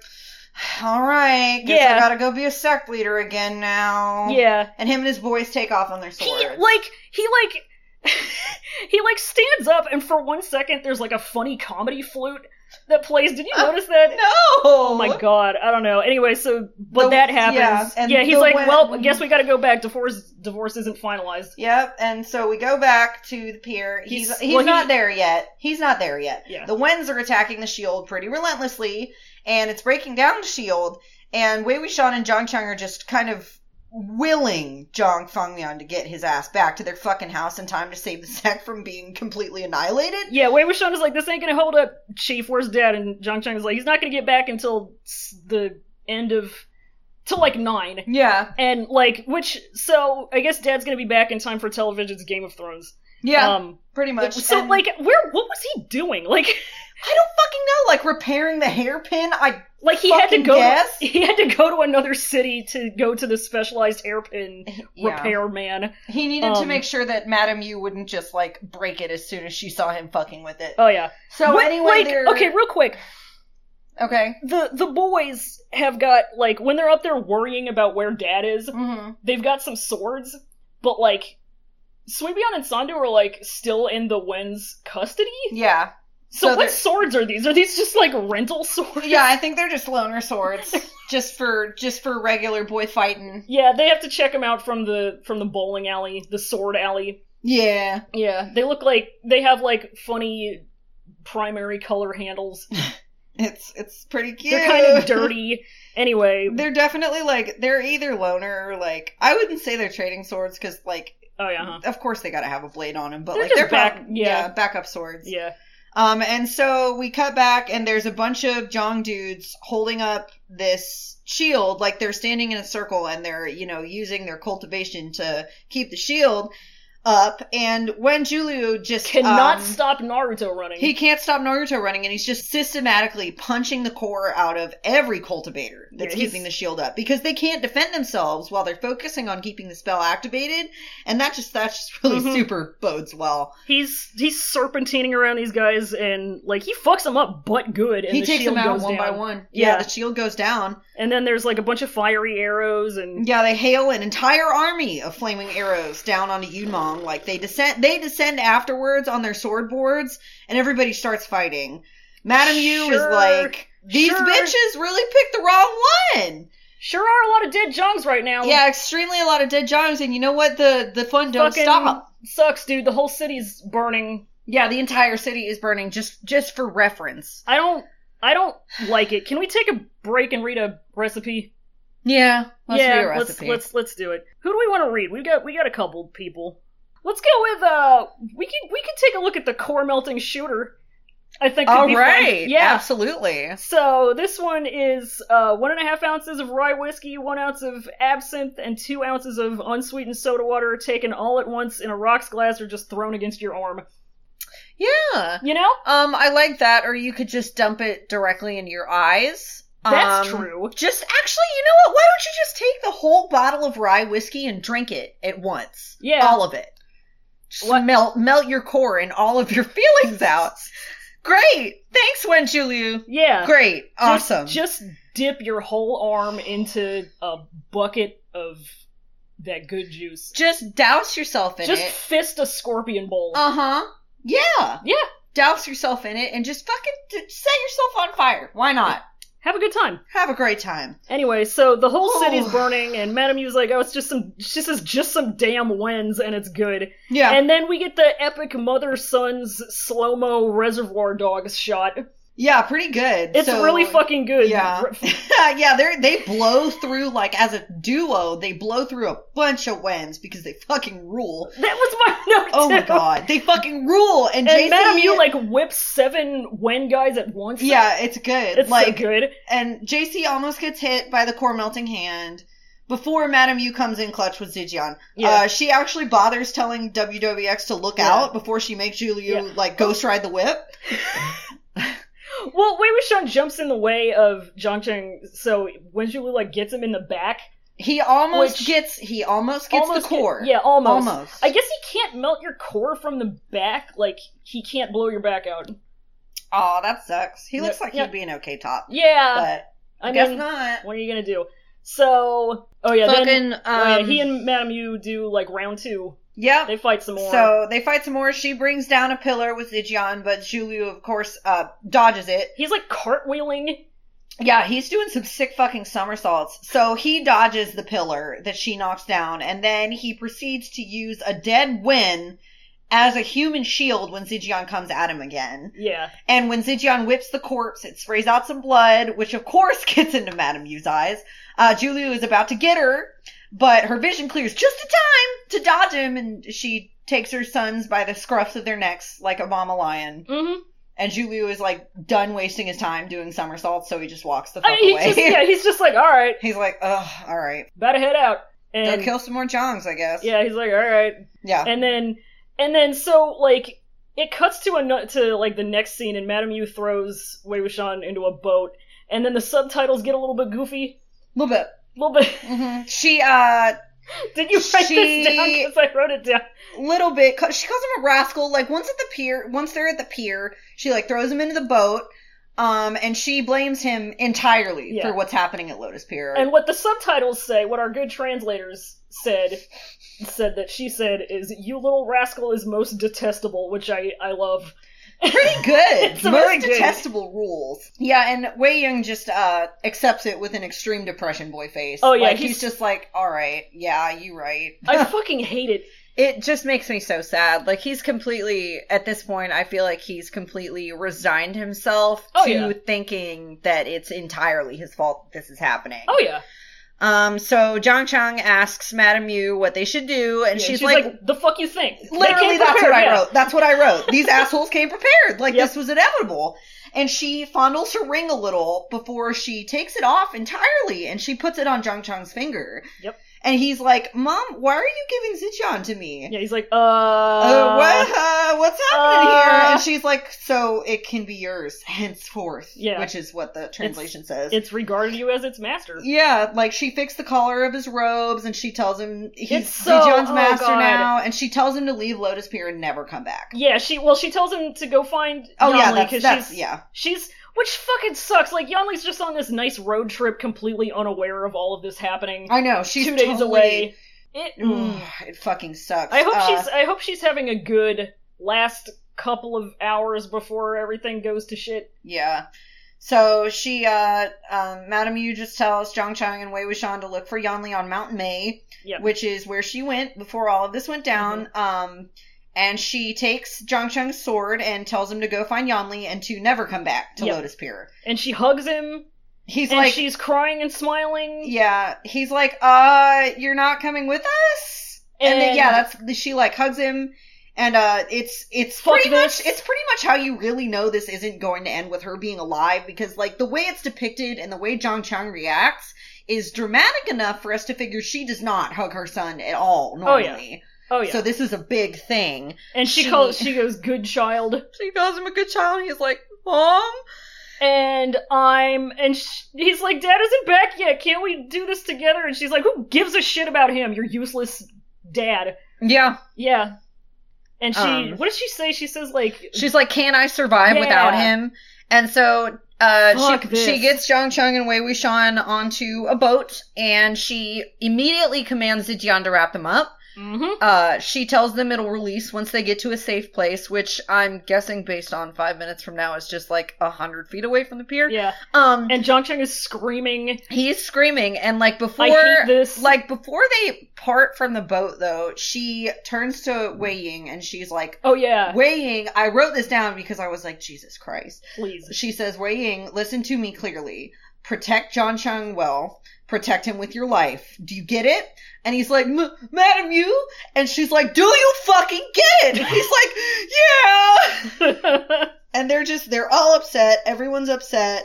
B: "All right, guess
A: Yeah.
B: I gotta go be a sect leader again now."
A: Yeah.
B: And him and his boys take off on their
A: He,
B: swords.
A: like, he, like, *laughs* he, like, stands up and for one second there's, like, a funny comedy flute that plays. Did you
B: Uh,
A: notice that?
B: no.
A: Oh my god, I don't know. Anyway, so, but
B: The-
A: that
B: yeah,
A: happens. Yeah,
B: and
A: he's
B: the
A: like,
B: win-
A: well, I guess we gotta go back. Divorce, divorce isn't finalized.
B: Yep. And so we go back to the pier. He's
A: He's-
B: he's,
A: well, he-
B: not there yet. He's not there yet.
A: Yeah.
B: The winds are attacking the shield pretty relentlessly, and it's breaking down the shield. And Wei Wuxian and Zhang Cheng are just kind of willing Zhang Fengmian to get his ass back to their fucking house in time to save the sect from being completely annihilated.
A: Yeah, Wei Wuxian is like, this ain't gonna hold up, Chief. Where's Dad? And Zhang Cheng is like, he's not gonna get back until s- the end of, till like nine.
B: Yeah.
A: And like, which, so I guess Dad's gonna be back in time for television's Game of Thrones.
B: Yeah.
A: Um,
B: pretty much.
A: so
B: And-
A: like, where, what was he doing? Like,
B: I don't fucking know. Like repairing the hairpin. I
A: like he had to
B: Fucking
A: go,
B: guess?
A: *laughs* he had to go to another city to go to the specialized hairpin
B: yeah.
A: repair man.
B: He needed to
A: Um,
B: make sure that Madame Yu wouldn't just like break it as soon as she saw him fucking with it.
A: Oh yeah.
B: So
A: What-
B: anyway,
A: like,
B: they're-
A: okay, real quick,
B: okay.
A: the the boys have got like when they're up there worrying about where Dad is.
B: hmm
A: they've got some swords, but like Suibion and Sando are like still in the Wen's custody. *laughs*
B: Yeah,
A: So,
B: So
A: what
B: they're-
A: swords are these? Are these just like rental *laughs* swords?
B: yeah. I think they're just
A: *laughs*
B: loner swords, just for just for regular boy fighting.
A: Yeah, they have to check them out from the from the bowling alley, the sword alley.
B: Yeah,
A: Yeah, they look like they have like funny primary color handles.
B: It's it's pretty cute.
A: They're kind of dirty. Anyway,
B: They're definitely like they're either loner or like I wouldn't say they're trading swords because like
A: oh yeah, huh?
B: of course they gotta have a blade on them, but
A: They're
B: like they're
A: just back-
B: prob-
A: yeah.
B: backup swords.
A: yeah,
B: Um, and so we cut back, and there's a bunch of Jong dudes holding up this shield, like they're standing in a circle and they're, you know, using their cultivation to keep the shield up. And when Julio just
A: cannot
B: um,
A: stop Naruto running.
B: he can't stop Naruto running, and he's just systematically punching the core out of every cultivator that's
A: Yeah, he's-
B: keeping the shield up because they can't defend themselves while they're focusing on keeping the spell activated, and that just that just really
A: Mhm.
B: super bodes well.
A: he's he's serpentining around these guys and like he fucks them up, but good. And
B: he
A: the
B: takes
A: shield
B: them out
A: goes
B: one by
A: down.
B: one. Yeah,
A: Yeah.
B: the shield goes down.
A: And then there's like a bunch of fiery arrows and
B: Yeah, they hail an entire army of flaming arrows down onto Yunmong. Like they descend, they descend afterwards on their sword boards, and everybody starts fighting. Madam Yu is
A: Sure,
B: like, these
A: sure.
B: bitches really picked the wrong one.
A: sure are a lot of dead Jongs right now.
B: Yeah, extremely a lot of dead Jongs, and you know what? The the fun don't
A: Fucking-
B: stop.
A: sucks, dude. The whole city's burning.
B: Yeah, the entire city is burning. Just just for reference.
A: I don't I don't like it. Can we take a break and read a recipe?
B: Yeah, let's
A: yeah,
B: read a recipe.
A: let's let's let's do it. Who do we want to read? We got we got a couple people. Let's go with uh we can we can take a look at the core melting shooter. I think could
B: All
A: be fun.
B: right.
A: Yeah.
B: absolutely.
A: So this one is uh, one and a half ounces of rye whiskey, one ounce of absinthe, and two ounces of unsweetened soda water taken all at once in a rocks glass or just thrown against your arm.
B: Yeah.
A: You know,
B: Um, I like that, or you could just dump it directly into your eyes.
A: that's
B: Um,
A: true.
B: Just actually, you know what? Why don't you just take the whole bottle of rye whiskey and drink it at once?
A: Yeah.
B: All of it. Just melt melt your core and all of your *laughs* feelings out. Great. Thanks, Wen Juliu.
A: Yeah.
B: Great.
A: Just-
B: Awesome.
A: Just, dip your whole arm into a bucket of that good juice.
B: Just douse yourself in
A: Just
B: it.
A: fist a scorpion bowl.
B: Uh-huh. Yeah.
A: Yeah.
B: Douse yourself in it and just fucking d- set yourself on fire. Why not?
A: Have a good time.
B: Have a great time.
A: Anyway, so the whole
B: Oh.
A: city's burning, and Madame Yu's like, "Oh, it's just some, this is just some damn wens, and it's good."
B: Yeah.
A: And then we get the epic mother son's slow mo reservoir dogs shot.
B: yeah, pretty good.
A: It's
B: So-
A: really fucking good.
B: Yeah,
A: R-
B: *laughs* yeah, they they blow through like as a duo, they blow through a bunch of wins because they fucking rule.
A: *laughs* That was my *laughs* note.
B: Oh my
A: too.
B: god, they fucking rule! And,
A: And
B: JC,
A: Madame you like whips seven Wen guys at once.
B: yeah, it's good.
A: It's
B: like,
A: so good.
B: and JC almost gets hit by the core melting hand before Madame Yu comes in clutch with Zijian.
A: Yeah.
B: Uh, she actually bothers telling WWX to look
A: Yeah.
B: out before she makes Julia
A: Yeah.
B: like ghost ride the whip.
A: well, Wei Wuxian jumps in the way of Zhangcheng, so Wen Zhulu like gets him in the back.
B: He almost
A: Which-
B: gets he almost gets
A: Almost
B: the core.
A: get- yeah, almost.
B: almost.
A: I guess he can't melt your core from the back. Like he can't blow your back out.
B: Oh, that sucks. He looks
A: Yeah,
B: like
A: yeah.
B: he'd be an okay top,
A: Yeah,
B: but.
A: Uh, I
B: guess
A: mean,
B: not.
A: what are you gonna do? So, oh yeah, then,
B: Fucking um,
A: Oh, yeah, he and Madame Yu do like round two.
B: yep.
A: They fight some more.
B: So they fight some more. She brings down a pillar with Zijian, but Juliu, of course, uh, dodges it.
A: he's like cartwheeling.
B: Yeah, he's doing some sick fucking somersaults. So he dodges the pillar that she knocks down, and then he proceeds to use a dead win as a human shield when Zijian comes at him again.
A: Yeah,
B: And when Zijian whips the corpse, it sprays out some blood, which of course *laughs* gets into Madame Yu's eyes. Uh, Juliu is about to get her, but her vision clears just in time to dodge him, and she takes her sons by the scruffs of their necks like a mama lion.
A: mm-hmm.
B: And Juliu is like done wasting his time doing somersaults, so he just walks the fuck
A: I mean,
B: away.
A: he's just yeah, he's just like all right,
B: *laughs* He's like, ugh, all right,
A: about to head out,
B: go
A: and
B: kill some more Jongs, I guess.
A: yeah, he's like all right,
B: yeah.
A: and then and then so like it cuts to a nu- to like the next scene, and Madame Yu throws Wei Wuxian into a boat, and then the subtitles get a little bit goofy.
B: a little bit.
A: A little bit.
B: hmm She, uh,
A: Did you write
B: She-
A: this down? Because I wrote it down.
B: little bit. ca- She calls him a rascal. Like once at the pier, once they're at the pier, she like throws him into the boat. Um, and she blames him entirely
A: Yeah.
B: for what's happening at Lotus Pier.
A: And what the subtitles say, what our good translators said, said that she said is, "You little rascal is most detestable," which I I love.
B: Pretty *laughs* good.
A: It's
B: Most
A: really good.
B: detestable rules. Yeah, and Wei Young just uh accepts it with an extreme depression boy face.
A: Oh, yeah,
B: Like, he's,
A: he's-
B: *laughs* just like, all right, yeah, you right.
A: I fucking hate it.
B: it just makes me so sad. Like he's completely at this point, I feel like he's completely resigned himself
A: Oh,
B: to
A: yeah.
B: thinking that it's entirely his fault that this is happening.
A: Oh yeah,
B: Um so Zhang Chang asks Madame Yu what they should do and
A: Yeah,
B: she's, like,
A: "The fuck you think?" They
B: literally
A: came
B: that's what
A: prepared,
B: I
A: yeah.
B: wrote. That's what
A: *laughs*
B: I wrote. These assholes came prepared. Like
A: Yep.
B: this was inevitable. And she fondles her ring a little before she takes it off entirely and she puts it on Zhang Chang's finger.
A: Yep.
B: And he's like, Mom, why are you giving Zichian to me?
A: Yeah, he's like, uh,
B: uh, what, uh, what's happening here?
A: uh,
B: And she's like, so it can be yours henceforth.
A: Yeah.
B: Which is what the translation says.
A: It's regarded you as its master.
B: yeah, like she fixed the collar of his robes and she tells him he's
A: It's so-
B: John's
A: oh,
B: master
A: God.
B: now and she tells him to leave Lotus Pier and never come back.
A: Yeah, she well, she tells him to go find
B: Oh yeah,
A: Yanli
B: that's, that's
A: she's
B: yeah.
A: she's which fucking sucks. Like Yanli's just on this nice road trip, completely unaware of all of this happening.
B: I *laughs* know. She's
A: two days
B: totally-
A: away. It. mm.
B: Ugh, it fucking sucks.
A: I hope
B: Uh,
A: she's I hope she's having a good last couple of hours before everything goes to shit.
B: Yeah. So she, uh, um, Madame Yu just tells Zhang Chang and Wei Wuxian to look for Yanli on Mount Mei,
A: Yep. Mm-hmm.
B: which is where she went before all of this went down. Um, and she takes Zhang Chang's sword and tells him to go find Yanli and to never come back to
A: Yep.
B: Lotus Pier.
A: And she hugs him,
B: He's
A: and
B: like,
A: she's crying and smiling.
B: yeah, he's like, uh, you're not coming with us? And, then, yeah, that's, she like hugs him. And, uh, it's, it's
A: Fuck
B: pretty
A: this.
B: much, it's pretty much how you really know this isn't going to end with her being alive because like the way it's depicted and the way Zhang Chang reacts is dramatic enough for us to figure she does not hug her son at all
A: Oh, yeah.
B: normally.
A: oh yeah.
B: So this is a big thing.
A: and she,
B: she-
A: calls. She goes, "Good child."
B: She calls him a good child and he's like, mom?
A: And I'm. And sh- he's like, "Dad isn't back yet. Can't we do this together?" And she's like, "Who gives a shit about him? You're useless, Dad."
B: Yeah.
A: Yeah. And she.
B: Um.
A: what does she say? She says like.
B: She's like, can I survive
A: Yeah.
B: without him? And so, uh,
A: Fuck
B: she,
A: this.
B: she gets Zhang Cheng and Wei Wuxian onto a boat and she immediately commands Zijian to wrap them up.
A: hmm
B: Uh, she tells them it'll release once they get to a safe place, which I'm guessing based on five minutes from now is just like a hundred feet away from the pier.
A: Yeah.
B: Um,
A: And Zhang Cheng is screaming.
B: he's screaming and like before,
A: I hate this.
B: like before they part from the boat though, she turns to Wei Ying and she's like,
A: oh yeah.
B: Wei Ying, I wrote this down because I was like, Jesus Christ.
A: *laughs* Please.
B: She says, Wei Ying, listen to me clearly. Protect John Chung well. Protect him with your life. Do you get it? And he's like, M- Madam you? And she's like, do you fucking get it? And he's like, yeah. And they're just, they're all upset. Everyone's upset.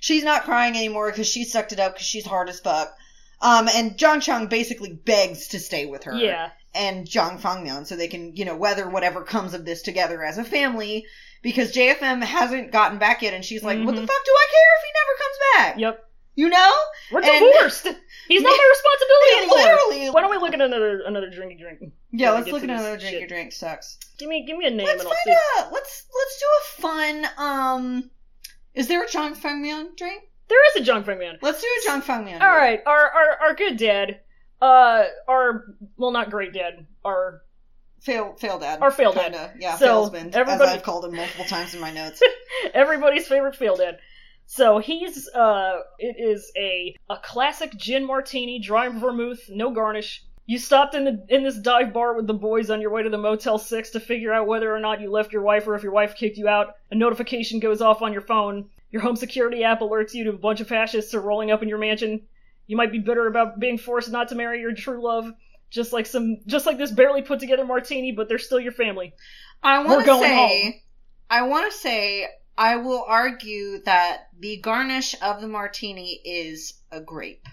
B: She's not crying anymore because she sucked it up because she's hard as fuck. Um, and John Chung basically begs to stay with her
A: yeah.
B: and Zhang Fangmyeon so they can, you know, weather whatever comes of this together as a family because JFM hasn't gotten back yet and she's like, what the
A: Mhm.
B: fuck do I care if he never comes back?
A: Yep.
B: You know?
A: We're
B: And-
A: divorced. He's not my responsibility anymore.
B: Literally.
A: Why don't we look at another another drinky drink?
B: *laughs* yeah,
A: we
B: let's
A: get
B: look at
A: to this
B: another drink.
A: shit?
B: Your drink sucks.
A: Give me give me a name
B: Let's
A: and
B: find
A: I'll see.
B: a, let's, let's do a fun, um, is there a Zhang Fangmyeon drink?
A: There is a junk Fang man.
B: Let's do a Zhang Fangmyeon
A: All right, our our our good dad, uh, our well not great dad, our
B: Fail, fail dad.
A: Or fail dad.
B: Kinda. Yeah,
A: So,
B: failsman, as
A: everybody-
B: I've called him multiple times in my notes.
A: *laughs* everybody's favorite field dad. So he's uh, it is a a classic gin martini, dry vermouth, no garnish. You stopped in the in this dive bar with the boys on your way to the Motel 6 to figure out whether or not you left your wife or if your wife kicked you out. A notification goes off on your phone. Your home security app alerts you to a bunch of fascists are rolling up in your mansion. You might be bitter about being forced not to marry your true love, just like some just like this barely put together martini, but they're still your family.
B: I want
A: We're
B: to
A: going
B: say,
A: home.
B: I want to say, I will argue that the garnish of the martini is a grape,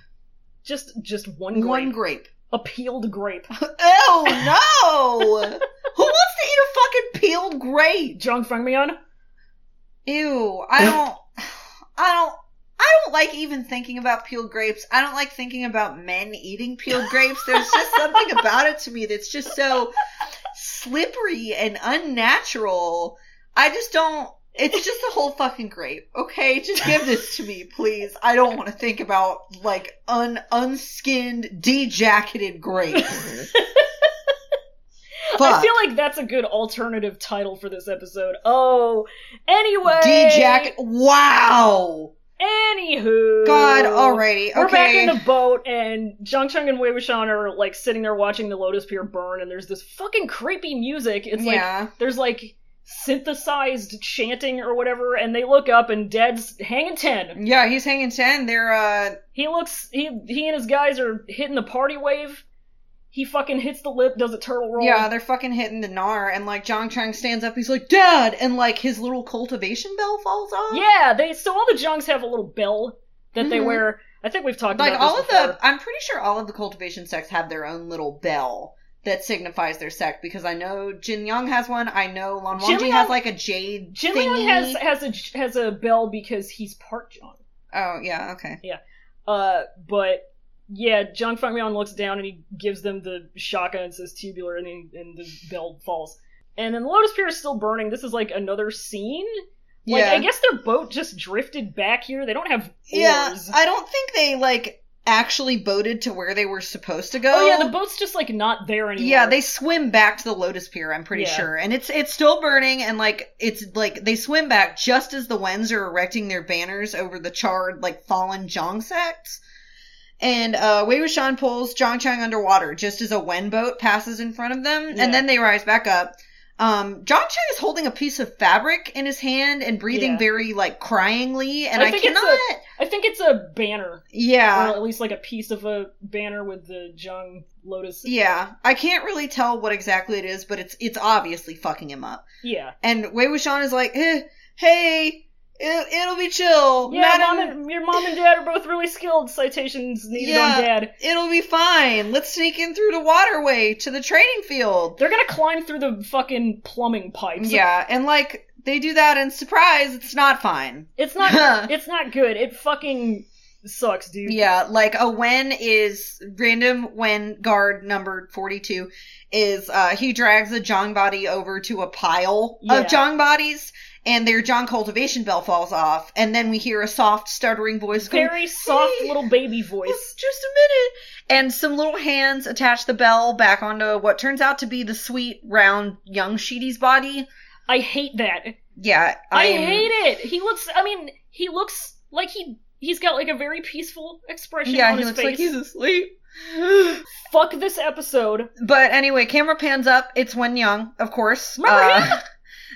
A: Just just one grape,
B: one grape.
A: a peeled grape.
B: oh
A: *laughs*
B: no! Who wants to eat a fucking peeled grape?
A: Jung Fangmyeon?
B: Ew! I
A: Eh.
B: don't. *sighs* I don't. I don't like even thinking about peeled grapes. I don't like thinking about men
A: *laughs*
B: eating peeled grapes. There's just something about it to me that's just so slippery and unnatural. I just don't. It's just a whole fucking grape. Okay, just give this to me, please. I don't want to think about like un unskinned,
A: *laughs*
B: dejacketed grapes.
A: *laughs* I
B: Fuck.
A: feel like that's a good alternative title for this episode. Oh, anyway.
B: Dejacket. Wow.
A: Anywho.
B: God, alrighty.
A: We're back
B: Okay.
A: in the boat, and Zhang Cheng and Wei Wuxian are like sitting there watching the Lotus Pier burn, and there's this fucking creepy music. It's like
B: yeah.
A: there's like synthesized chanting or whatever, and they look up and Dad's hanging ten.
B: yeah, he's hanging 10. They're, uh,
A: He looks he he and his guys are hitting the party wave. He fucking hits the lip, does a turtle roll.
B: yeah, they're fucking hitting the gnar, and like Zhang Chang stands up, he's like, Dad! And like his little cultivation bell falls off.
A: yeah. They so all the Jungs have a little bell that they
B: Mhm.
A: wear. I think we've talked
B: Like
A: about this
B: all of
A: before.
B: the, I'm pretty sure all of the cultivation sects have their own little bell that signifies their sect because I know Jin Young has one. I know Lan
A: Jin
B: Wangji has
A: Young-
B: like a jade
A: Jin
B: thingy.
A: Leon has has a has a bell because he's part John.
B: oh yeah, okay.
A: Uh, but yeah, Jung Feng Mian looks down and he gives them the shotgun and says tubular, and, he, and the bell falls. And then the Lotus Pier is still burning. This is like another scene. Like
B: yeah,
A: I guess their boat just drifted back here. They don't have
B: yeah.
A: oars.
B: I don't think they like actually boated to where they were supposed to go.
A: oh yeah, the boat's just like not there anymore.
B: Yeah, they swim back to the Lotus Pier, I'm pretty
A: Yeah.
B: sure. And it's it's still burning and like it's like they swim back just as the Wens are erecting their banners over the charred, like fallen Zhang sects. And uh Wei Wuxian pulls Zhang Chang underwater just as a Wen boat passes in front of them,
A: Yeah.
B: and then they rise back up. Um, Zhang Chang is holding a piece of fabric in his hand and breathing
A: Yeah.
B: very like cryingly, and
A: I
B: I,
A: think it's a-
B: cannot.
A: I think it's a banner,
B: yeah,
A: or at least like a piece of a banner with the Jung Lotus.
B: yeah, I can't really tell what exactly it is, but it's it's obviously fucking him up.
A: Yeah,
B: And Wei Wuxian is like, eh, hey, it, it'll be chill.
A: yeah.
B: Madam,
A: Mom and, your mom and dad are both really skilled. Citations needed
B: Yeah.
A: on dad.
B: it'll be fine. Let's sneak in through the waterway to the training field.
A: They're gonna climb through the fucking plumbing pipes.
B: Yeah, and like, they do that and surprise, it's not fine.
A: It's not
B: *laughs*
A: it's not good. It fucking sucks, dude.
B: yeah, like a when is random when guard number 42 is, uh, he drags a Jong body over to a pile
A: Yeah.
B: of Jong bodies and their Jong cultivation bell falls off. And then we hear a soft, stuttering voice going, *laughs*
A: Very soft
B: Hey.
A: little baby
B: It's
A: voice.
B: just a minute. And some little hands attach the bell back onto what turns out to be the sweet, round, young Sheedy's body.
A: I hate that.
B: Yeah.
A: I
B: I'm-
A: hate it. He looks I mean, he looks like he he's got like a very peaceful expression
B: Yeah,
A: on
B: he
A: his
B: looks
A: face.
B: like he's asleep.
A: Fuck this episode.
B: but anyway, camera pans up. It's Wen Young, of course.
A: Remember
B: Uh, *laughs*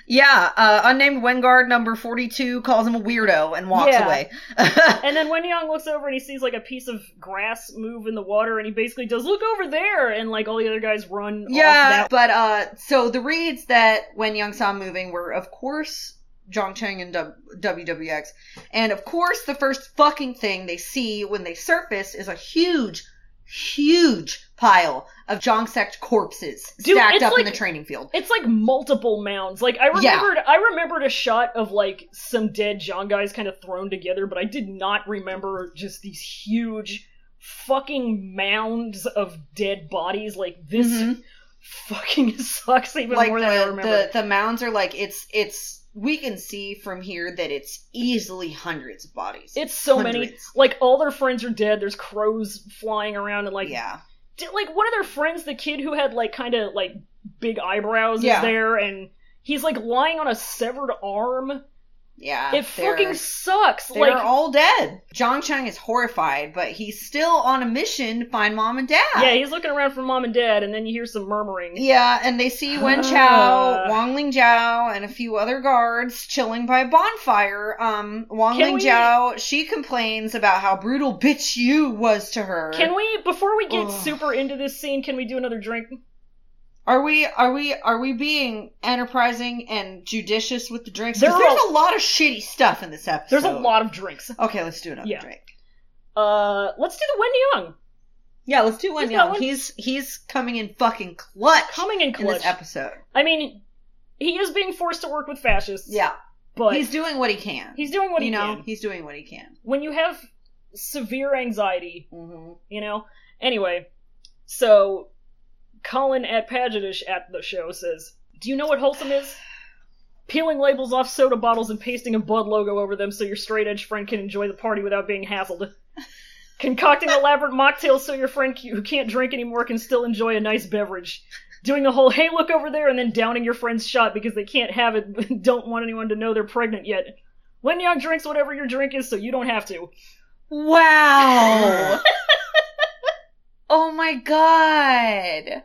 B: Yeah, uh, unnamed Wen guard number 42 calls him a weirdo and walks
A: Yeah.
B: away. *laughs*
A: And then Wen Young looks over and he sees like a piece of grass move in the water and he basically does look over there and like all the other guys run off
B: yeah,
A: that
B: but uh, so the reads that Wen Young saw moving were, of course, Zhang Cheng and w- WWX, and of course, the first fucking thing they see when they surface is a huge, huge pile of Zhang sect corpses
A: Dude,
B: stacked
A: it's
B: up in
A: like-
B: the training field.
A: It's like multiple mounds. Like I
B: Yeah.
A: remembered, I remembered a shot of like some dead John guys kind of thrown together, but I did not remember just these huge fucking mounds of dead bodies. Like this
B: Mhm.
A: fucking *laughs* sucks even
B: Like
A: more than I
B: the,
A: remember.
B: the the mounds are like it's it's we can see from here that it's easily hundreds of bodies.
A: It's so many.
B: Hundreds.
A: Like all their friends are dead. There's crows flying around and like
B: yeah,
A: di- like one of their friends, the kid who had like kind of like big eyebrows
B: Yeah.
A: is there and he's like lying on a severed arm.
B: yeah.
A: It
B: they're-
A: fucking sucks.
B: They're
A: like
B: all dead. Zhang Cheng is horrified, but he's still on a mission to find mom and dad.
A: Yeah, he's looking around for mom and dad, and then you hear some murmuring.
B: Yeah, and they see Wen
A: Ah.
B: Chao, Wang Ling Zhao, and a few other guards chilling by a bonfire. Um, Wang
A: Can
B: Ling
A: we-
B: Zhao, she complains about how brutal bitch you was to her.
A: Can we, before we get
B: Ugh.
A: super into this scene, can we do another drink?
B: Are we are we are we being enterprising and judicious with the drinks? 'Cause
A: There are
B: there's a, lot of shitty stuff in this episode.
A: There's a lot of drinks.
B: Okay, let's do another
A: Yeah.
B: drink.
A: Uh, let's do the Wen Young.
B: Yeah, let's do
A: He's
B: one.
A: got
B: now.
A: one-
B: He's he's coming in fucking clutch
A: Coming in
B: in this
A: clutch.
B: episode.
A: I mean, he is being forced to work with fascists.
B: Yeah,
A: But
B: he's
A: he's,
B: doing what he can.
A: doing what
B: you
A: he
B: know,
A: can.
B: he's doing what he can.
A: When you have severe anxiety,
B: Mm-hmm.
A: you know? Anyway, so Colin at Pagetish at the show says, Do you know what wholesome is? Peeling labels off soda bottles and pasting a Bud logo over them so your straight edge friend can enjoy the party without being hassled. Concocting elaborate mocktails so your friend c- who can't drink anymore can still enjoy a nice beverage. Doing the whole hey look over there and then downing your friend's shot because they can't have *laughs* it, don't want anyone to know they're pregnant yet. Wen Yang drinks whatever your drink is so you don't have to. *laughs*
B: Wow. oh my god.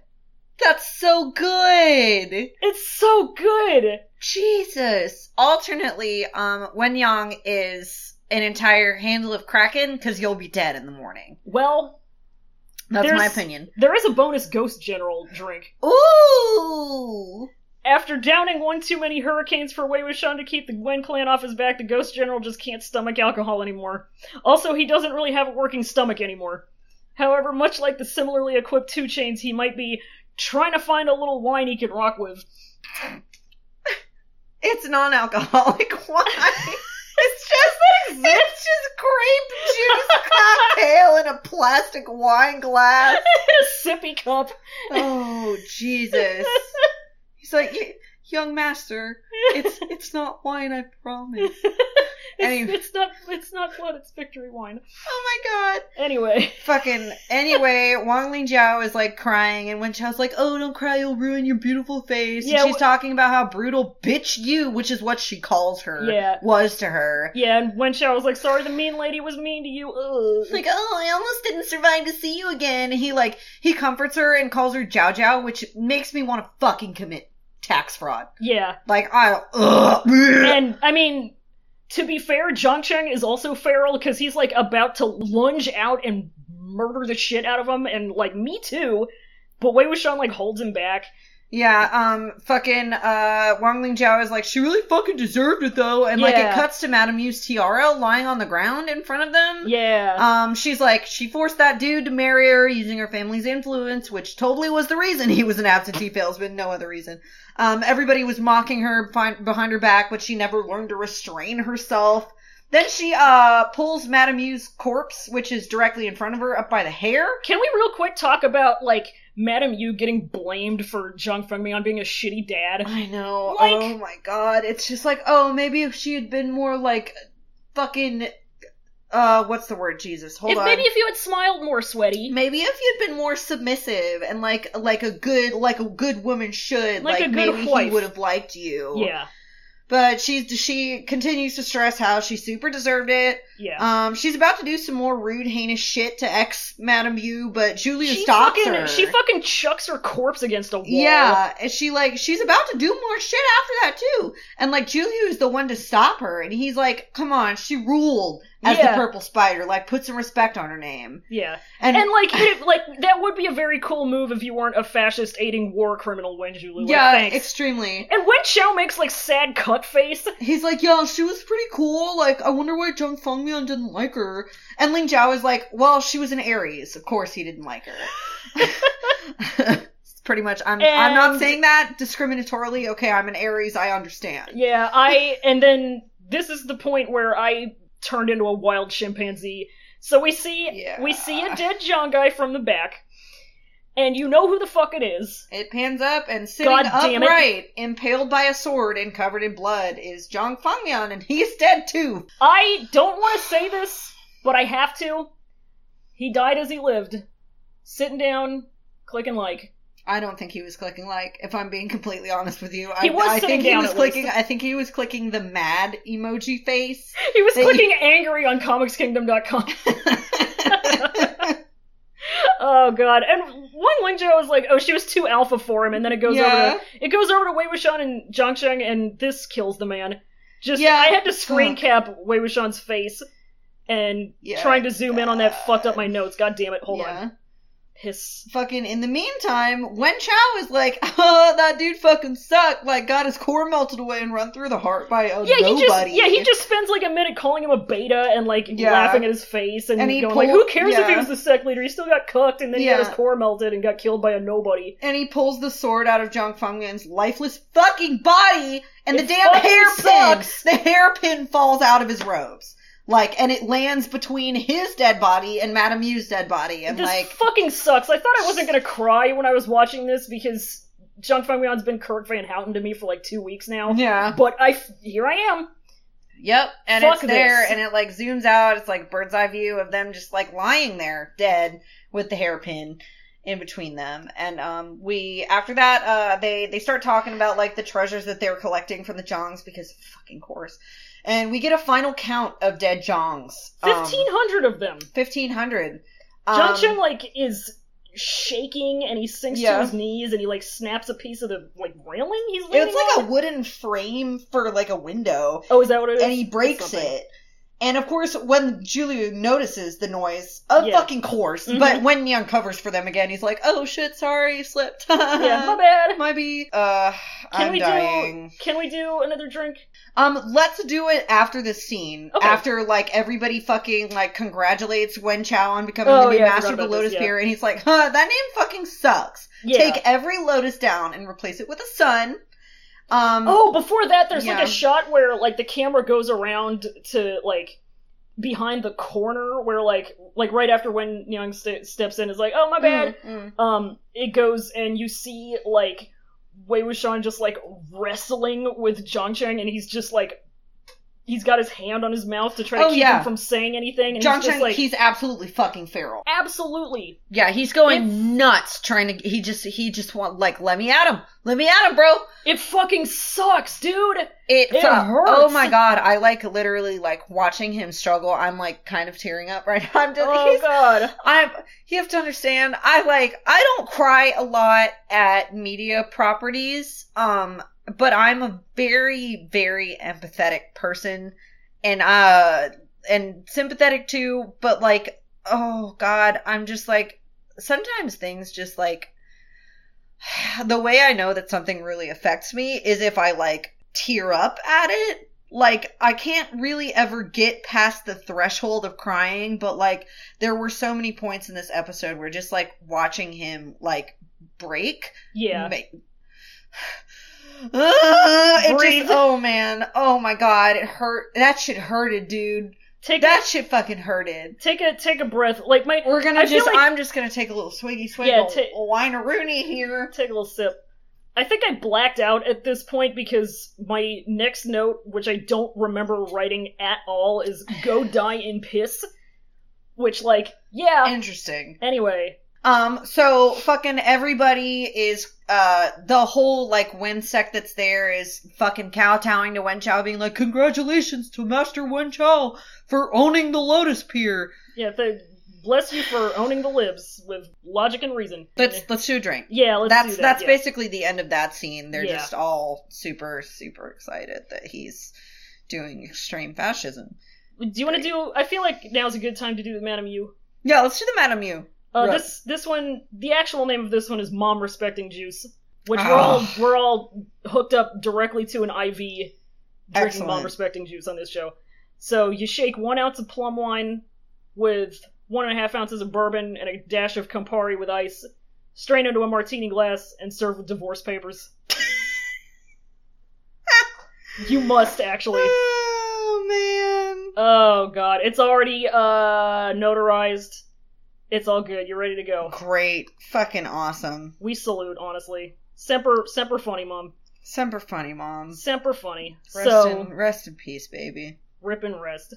B: That's so good.
A: It's so good.
B: Jesus. Alternately, um, Wenyang is an entire handle of Kraken because you'll be dead in the morning.
A: Well,
B: That's my
A: There's-
B: opinion.
A: there is a bonus Ghost General drink.
B: Ooh.
A: After downing one too many hurricanes for Wei Wuxian to keep the Gwen clan off his back, the Ghost General just can't stomach alcohol anymore. Also, he doesn't really have a working stomach anymore. However, much like the similarly equipped Two Chains, he might be trying to find a little wine he can rock with. *laughs*
B: It's non alcoholic *laughs* wine. it's just it's just grape juice *laughs* cocktail in a plastic wine glass.
A: Sippy cup.
B: Oh
A: *laughs*
B: Jesus! He's like, "Y- young master, it's it's not wine, I promise.
A: It's,
B: Anyway.
A: it's not. It's not blood. It's victory wine.
B: *laughs* Oh my god! *laughs*
A: Anyway,
B: Fucking anyway, Wang Ling Jiao is like crying, and Wen Chao's like, "Oh, don't cry, you'll ruin your beautiful face."
A: Yeah,
B: and she's talking about how brutal bitch you, which is what she calls her,
A: Yeah.
B: was to her.
A: yeah. And when Xiao was like, "Sorry, the mean lady was mean to you." Ugh.
B: It's like, oh, I almost didn't survive to see you again. And he like he comforts her and calls her Jiao Jiao, which makes me want to fucking commit tax fraud.
A: yeah.
B: Like I, ugh,
A: And I mean, to be fair, Zhang Cheng is also feral because he's like about to lunge out and murder the shit out of him, and like me too. But Wei Wuxian like holds him back.
B: Yeah, um, fucking, uh, Wang Ling Zhao is like, she really fucking deserved it though. And like, it
A: Yeah.
B: cuts to Madame Yu's TRL lying on the ground in front of them.
A: Yeah.
B: Um, she's like, she forced that dude to marry her using her family's influence, which totally was the reason *laughs* he was an absentee salesman, no other reason. Um, everybody was mocking her behind, behind her back, but she never learned to restrain herself. Then she, uh, pulls Madame Yu's corpse, which is directly in front of her, up by the hair.
A: Can we real quick talk about like Madame Yu getting blamed for Zhang Fengmian being a shitty dad?
B: I know.
A: Like-
B: oh my god. It's just like, oh, maybe if she had been more like fucking uh what's the word, Jesus? Hold
A: if
B: on.
A: maybe if you had smiled more, sweaty.
B: Maybe if you'd been more submissive and like like a good like a good woman should,
A: Like
B: like,
A: a good
B: maybe he
A: wife.
B: would have liked you.
A: Yeah.
B: But she's she continues to stress how she super deserved it.
A: Yeah.
B: Um, she's about to do some more rude, heinous shit to ex Madame Yu, but Julia
A: she
B: stops
A: fucking
B: her.
A: she fucking chucks her corpse against a wall.
B: Yeah, and she like she's about to do more shit after that too. And like Julia is the one to stop her, and he's like, "Come on, she ruled as
A: Yeah.
B: the Purple Spider. Like, put some respect on her name."
A: Yeah.
B: And,
A: And like it, like that would be a very cool move if you weren't a fascist aiding war criminal Wen Zhulu. Like,
B: yeah,
A: thanks.
B: extremely.
A: And when Xiao makes like sad cut face,
B: He's like, "Yeah, she was pretty cool. Like, I wonder why Zhang Fengmian didn't like her." And Ling Zhao is like, "Well, she was an Aries. Of course, he didn't like
A: *laughs*
B: her." It's pretty much. I'm. I'm not
A: And-
B: saying that discriminatorily. Okay, I'm an Aries. I understand.
A: yeah, I and then this is the point where I turned into a wild chimpanzee. So we see
B: Yeah.
A: we see a dead John guy from the back, and you know who the fuck it is.
B: It pans up and sitting
A: God damn it.
B: upright, impaled by a sword and covered in blood, is Zhang Fengyan, and he's dead too.
A: I don't want to say this, but I have to. He died as he lived, sitting down, clicking like.
B: I don't think he was clicking like. If I'm being completely honest with you, I,
A: He was
B: I
A: sitting
B: think
A: down
B: he was
A: at least.
B: clicking. I think he was clicking the mad emoji face.
A: He was
B: They-
A: clicking angry on ComicsKingdom.com. *laughs* Oh god! And one Lingzhou is like, "Oh, she was too alpha for him," and then it goes
B: Yeah.
A: over. To, it goes over to Wei Wuxian and Zhangsheng, and this kills the man. Just
B: Yeah.
A: I had to screen
B: Fuck.
A: cap Wei Wuxian's face and
B: Yeah.
A: trying to zoom in on that fucked up my notes. God damn it! Hold
B: Yeah.
A: on, piss.
B: Fucking. In the meantime, Wen Chao is like, *laughs* "Oh, that dude fucking sucked. Like, got his core melted away and run through the heart by a
A: Yeah, he
B: nobody."
A: just yeah he just spends like a minute calling him a beta and like
B: Yeah.
A: laughing at his face and,
B: And he
A: going like,
B: pulled-
A: "Who cares if he
B: yeah.
A: was the sect leader? He still got cooked and then he
B: Yeah.
A: got his core melted and got killed by a nobody."
B: and he pulls the sword out of Zhang Fengyan's lifeless fucking body, and the
A: It
B: damn
A: fucking
B: hairpin,
A: sucks.
B: the hairpin falls out of his robes, like, and it lands between his dead body and Madame Yu's dead body, and
A: this
B: like,
A: fucking sucks. I thought I wasn't gonna cry when I was watching this because Junk Fengmian's been Kirk Van Houten to me for like two weeks now.
B: yeah,
A: But I f- here I am.
B: yep, and
A: Fuck
B: it's there,
A: this.
B: and it like zooms out, it's like bird's eye view of them just like lying there dead with the hairpin in between them and um we after that uh they they start talking about like the treasures that they were collecting from the jongs because of fucking course and we get a final count of dead Jongs. Um,
A: Fifteen hundred of them.
B: 1500.
A: Jung
B: Um,
A: Chung like is shaking and he sinks
B: Yeah.
A: to his knees and he like snaps a piece of the like railing he's leaning
B: it's like
A: on?
B: a wooden frame for like a window,
A: Oh, is that what it is? *laughs*
B: and he breaks
A: Something.
B: it. And of course, when Julia notices the noise, of
A: Yeah.
B: fucking course,
A: Mhm.
B: but when Neon covers for them again, he's like, "Oh shit, sorry, slipped." *laughs*
A: Yeah, my bad.
B: Might be. Uh,
A: Can
B: I'm
A: we do-
B: dying.
A: Can we do another drink?
B: Um, let's do it after this scene.
A: Okay.
B: After like everybody fucking like congratulates Wen Chao on becoming
A: Oh,
B: the new
A: yeah, I
B: master
A: forgot
B: of the
A: about this,
B: Lotus
A: yeah.
B: Beer, and he's like, "Huh, that name fucking sucks."
A: Yeah.
B: Take every lotus down and replace it with a sun. Um,
A: Oh, before that, there's
B: Yeah.
A: like a shot where like the camera goes around to like behind the corner where like like right after when Young st- steps in is like, oh my bad.
B: Mm, mm.
A: Um, it goes and you see like Wei Wuxian just like wrestling with Zhang Cheng and he's just like he's got his hand on his mouth to try to
B: Oh,
A: keep
B: yeah.
A: him from saying anything. And
B: John
A: he's just
B: Chang,
A: like,
B: he's absolutely fucking feral.
A: absolutely
B: Yeah, he's going nuts trying to. He just, he just want like, let me at him, let me at him, bro.
A: it fucking sucks, dude.
B: It,
A: It
B: fu-
A: hurts.
B: Oh my god, I like literally like watching him struggle. I'm like kind of tearing up right now. I'm just,
A: Oh
B: he's *laughs*
A: god.
B: you have to understand I like I don't cry a lot at media properties um but I'm a very very empathetic person and uh and sympathetic too but like oh god I'm just like sometimes things just like *sighs* the way I know that something really affects me is if I like tear up at it like I can't really ever get past the threshold of crying but like there were so many points in this episode where just like watching him like break
A: Yeah.
B: ma- *sighs* Ah, it
A: Breathe.
B: just, oh man oh my god it hurt that shit hurted dude
A: Take
B: that shit fucking hurted
A: take a take a breath. Like my
B: we're gonna
A: I feel
B: just
A: like-
B: i'm just gonna take a little swiggy swig
A: Yeah,
B: yeah,
A: ta-
B: wineroony here
A: take a little sip. I think I blacked out at this point because my next note, which I don't remember writing at all, is
B: *laughs*
A: "Go die in piss," which, like, yeah.
B: interesting
A: Anyway,
B: Um, so fucking everybody is, uh, the whole, like, Wen sect that's there is fucking kowtowing to Wen Chao, being like, congratulations to Master Wen Chao for owning the Lotus Pier.
A: yeah. The, bless you for owning the libs with logic and reason.
B: Let's, let's do a drink.
A: yeah, let's
B: that's,
A: do that.
B: that's
A: yeah.
B: basically the end of that scene. They're
A: Yeah.
B: just all super, super excited that he's doing extreme fascism.
A: Do you want to do? I feel like now's a good time to do the Madam You.
B: Yeah, let's do the Madame Mew.
A: Uh,
B: Right.
A: This this one, the actual name of this one is Mom Respecting Juice, which we're all
B: Ah.
A: we're all hooked up directly to an IV drinking Mom
B: Excellent.
A: Respecting Juice on this show. So you shake one ounce of plum wine with one and a half ounces of bourbon and a dash of Campari with ice, strain into a martini glass, and serve with divorce
B: *laughs*
A: papers. you must actually.
B: Oh, man.
A: Oh god, it's already uh notarized. It's all good. You're ready to go.
B: Great. Fucking awesome.
A: We salute, honestly. Semper, semper funny, mom.
B: Semper funny, mom.
A: Semper funny.
B: Rest
A: so
B: in rest in peace, baby.
A: rip and rest.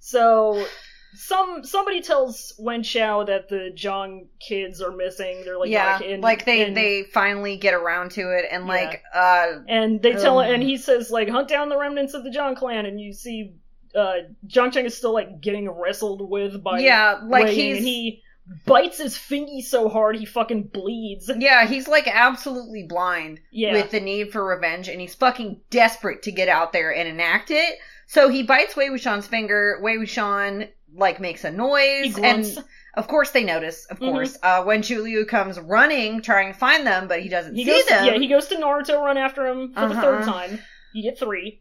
A: So some somebody tells Wen Chao that the Zhang kids are missing. They're like
B: yeah,
A: back in-
B: like they
A: in-
B: they finally get around to it, and
A: Yeah.
B: like uh,
A: and they tell
B: Um.
A: and he says like hunt down the remnants of the Zhang clan, and you see uh Zhang Cheng is still like getting wrestled with by
B: yeah, like
A: Wei Ying,
B: he's
A: and he bites his fingy so hard he fucking bleeds.
B: yeah, he's like absolutely blind
A: Yeah,
B: with the need for revenge, and he's fucking desperate to get out there and enact it. So he bites Wei Wuxian's finger. Wei Wuxian like makes a
A: he
B: noise,
A: grunts.
B: and of course they notice. Of
A: Mhm.
B: course, uh, when Juliu comes running trying to find them, but he doesn't
A: He
B: see
A: goes,
B: them.
A: yeah, he goes to Naruto run after him for the third
B: Uh-huh.
A: time. You get three.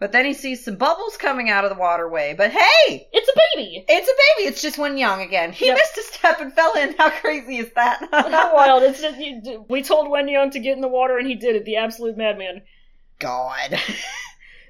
B: But then he sees some bubbles coming out of the waterway. But hey,
A: It's a baby.
B: It's a baby. It's just one young again. He
A: Yep.
B: missed a step and fell in. *laughs* How crazy is that?
A: How wild! It's just, you, we told Wen Young to get in the water, and he did it. The absolute madman.
B: *laughs* God.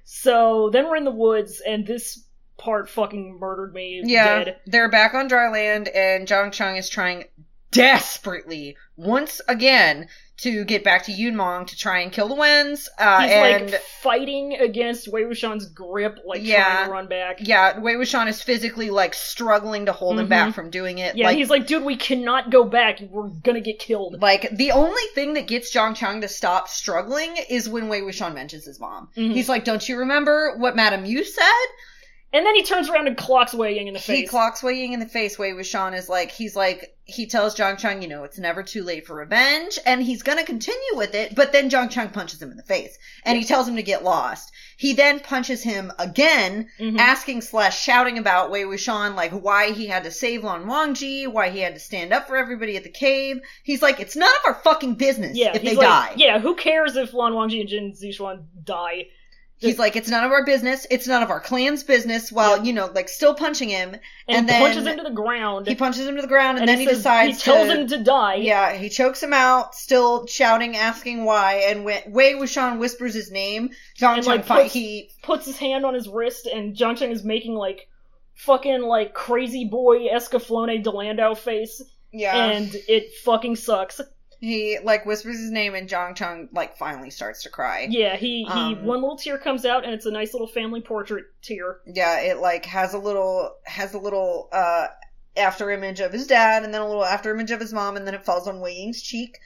A: So then we're in the woods, and this part fucking murdered me.
B: Yeah,
A: dead.
B: they're back on dry land, and Zhang Chang is trying desperately once again to get back to Yunmong to try and kill the Wens. Uh,
A: He's
B: and
A: like fighting against Wei Wuxian's grip, like
B: Yeah.
A: trying to run back.
B: yeah, Wei Wuxian is physically like struggling to hold him back
A: Mhm.
B: from doing it.
A: Yeah,
B: like,
A: he's like, dude, we cannot go back. We're gonna get killed.
B: Like the only thing that gets Zhang Chang to stop struggling is when Wei Wuxian mentions his mom.
A: Mhm.
B: He's like, "Don't you remember what Madam Yu said?"
A: And then he turns around and clocks Wei Ying in the
B: He
A: face.
B: clocks Wei Ying in the face. Wei Wuxian is like, he's like, he tells Zhang Chang, you know, it's never too late for revenge, and he's gonna continue with it. But then Zhang Chang punches him in the face, and he tells him to get lost. He then punches him again,
A: Mhm.
B: asking slash shouting about Wei Wuxian, like why he had to save Lan Wangji, why he had to stand up for everybody at the cave. He's like, it's none of our fucking business
A: yeah,
B: if they
A: he's like,
B: die.
A: Yeah, who cares if Lan Wangji and Jin Zixuan die?
B: He's like, it's none of our business. It's none of our clan's business. While you know, like, still punching him,
A: And,
B: And then
A: punches him to the ground.
B: he punches him to the ground,
A: and
B: and, then
A: he
B: he,
A: says-
B: decides
A: he tells
B: to.
A: him to die.
B: yeah, he chokes him out, still shouting, asking why. And when Wei Wuxian whispers his name, Zhang
A: And,
B: Chang
A: like,
B: fi-
A: puts-
B: he
A: puts his hand on his wrist, and Zhang Cheng is making like fucking like crazy boy Escaflone Delando face,
B: yeah
A: and it fucking sucks.
B: he like whispers his name, and Zhang Chang like finally starts to cry.
A: Yeah, he he
B: Um,
A: one little tear comes out, and it's a nice little family portrait tear.
B: yeah it like has a little has a little uh after image of his dad and then a little after image of his mom and then it falls on Wei Ying's cheek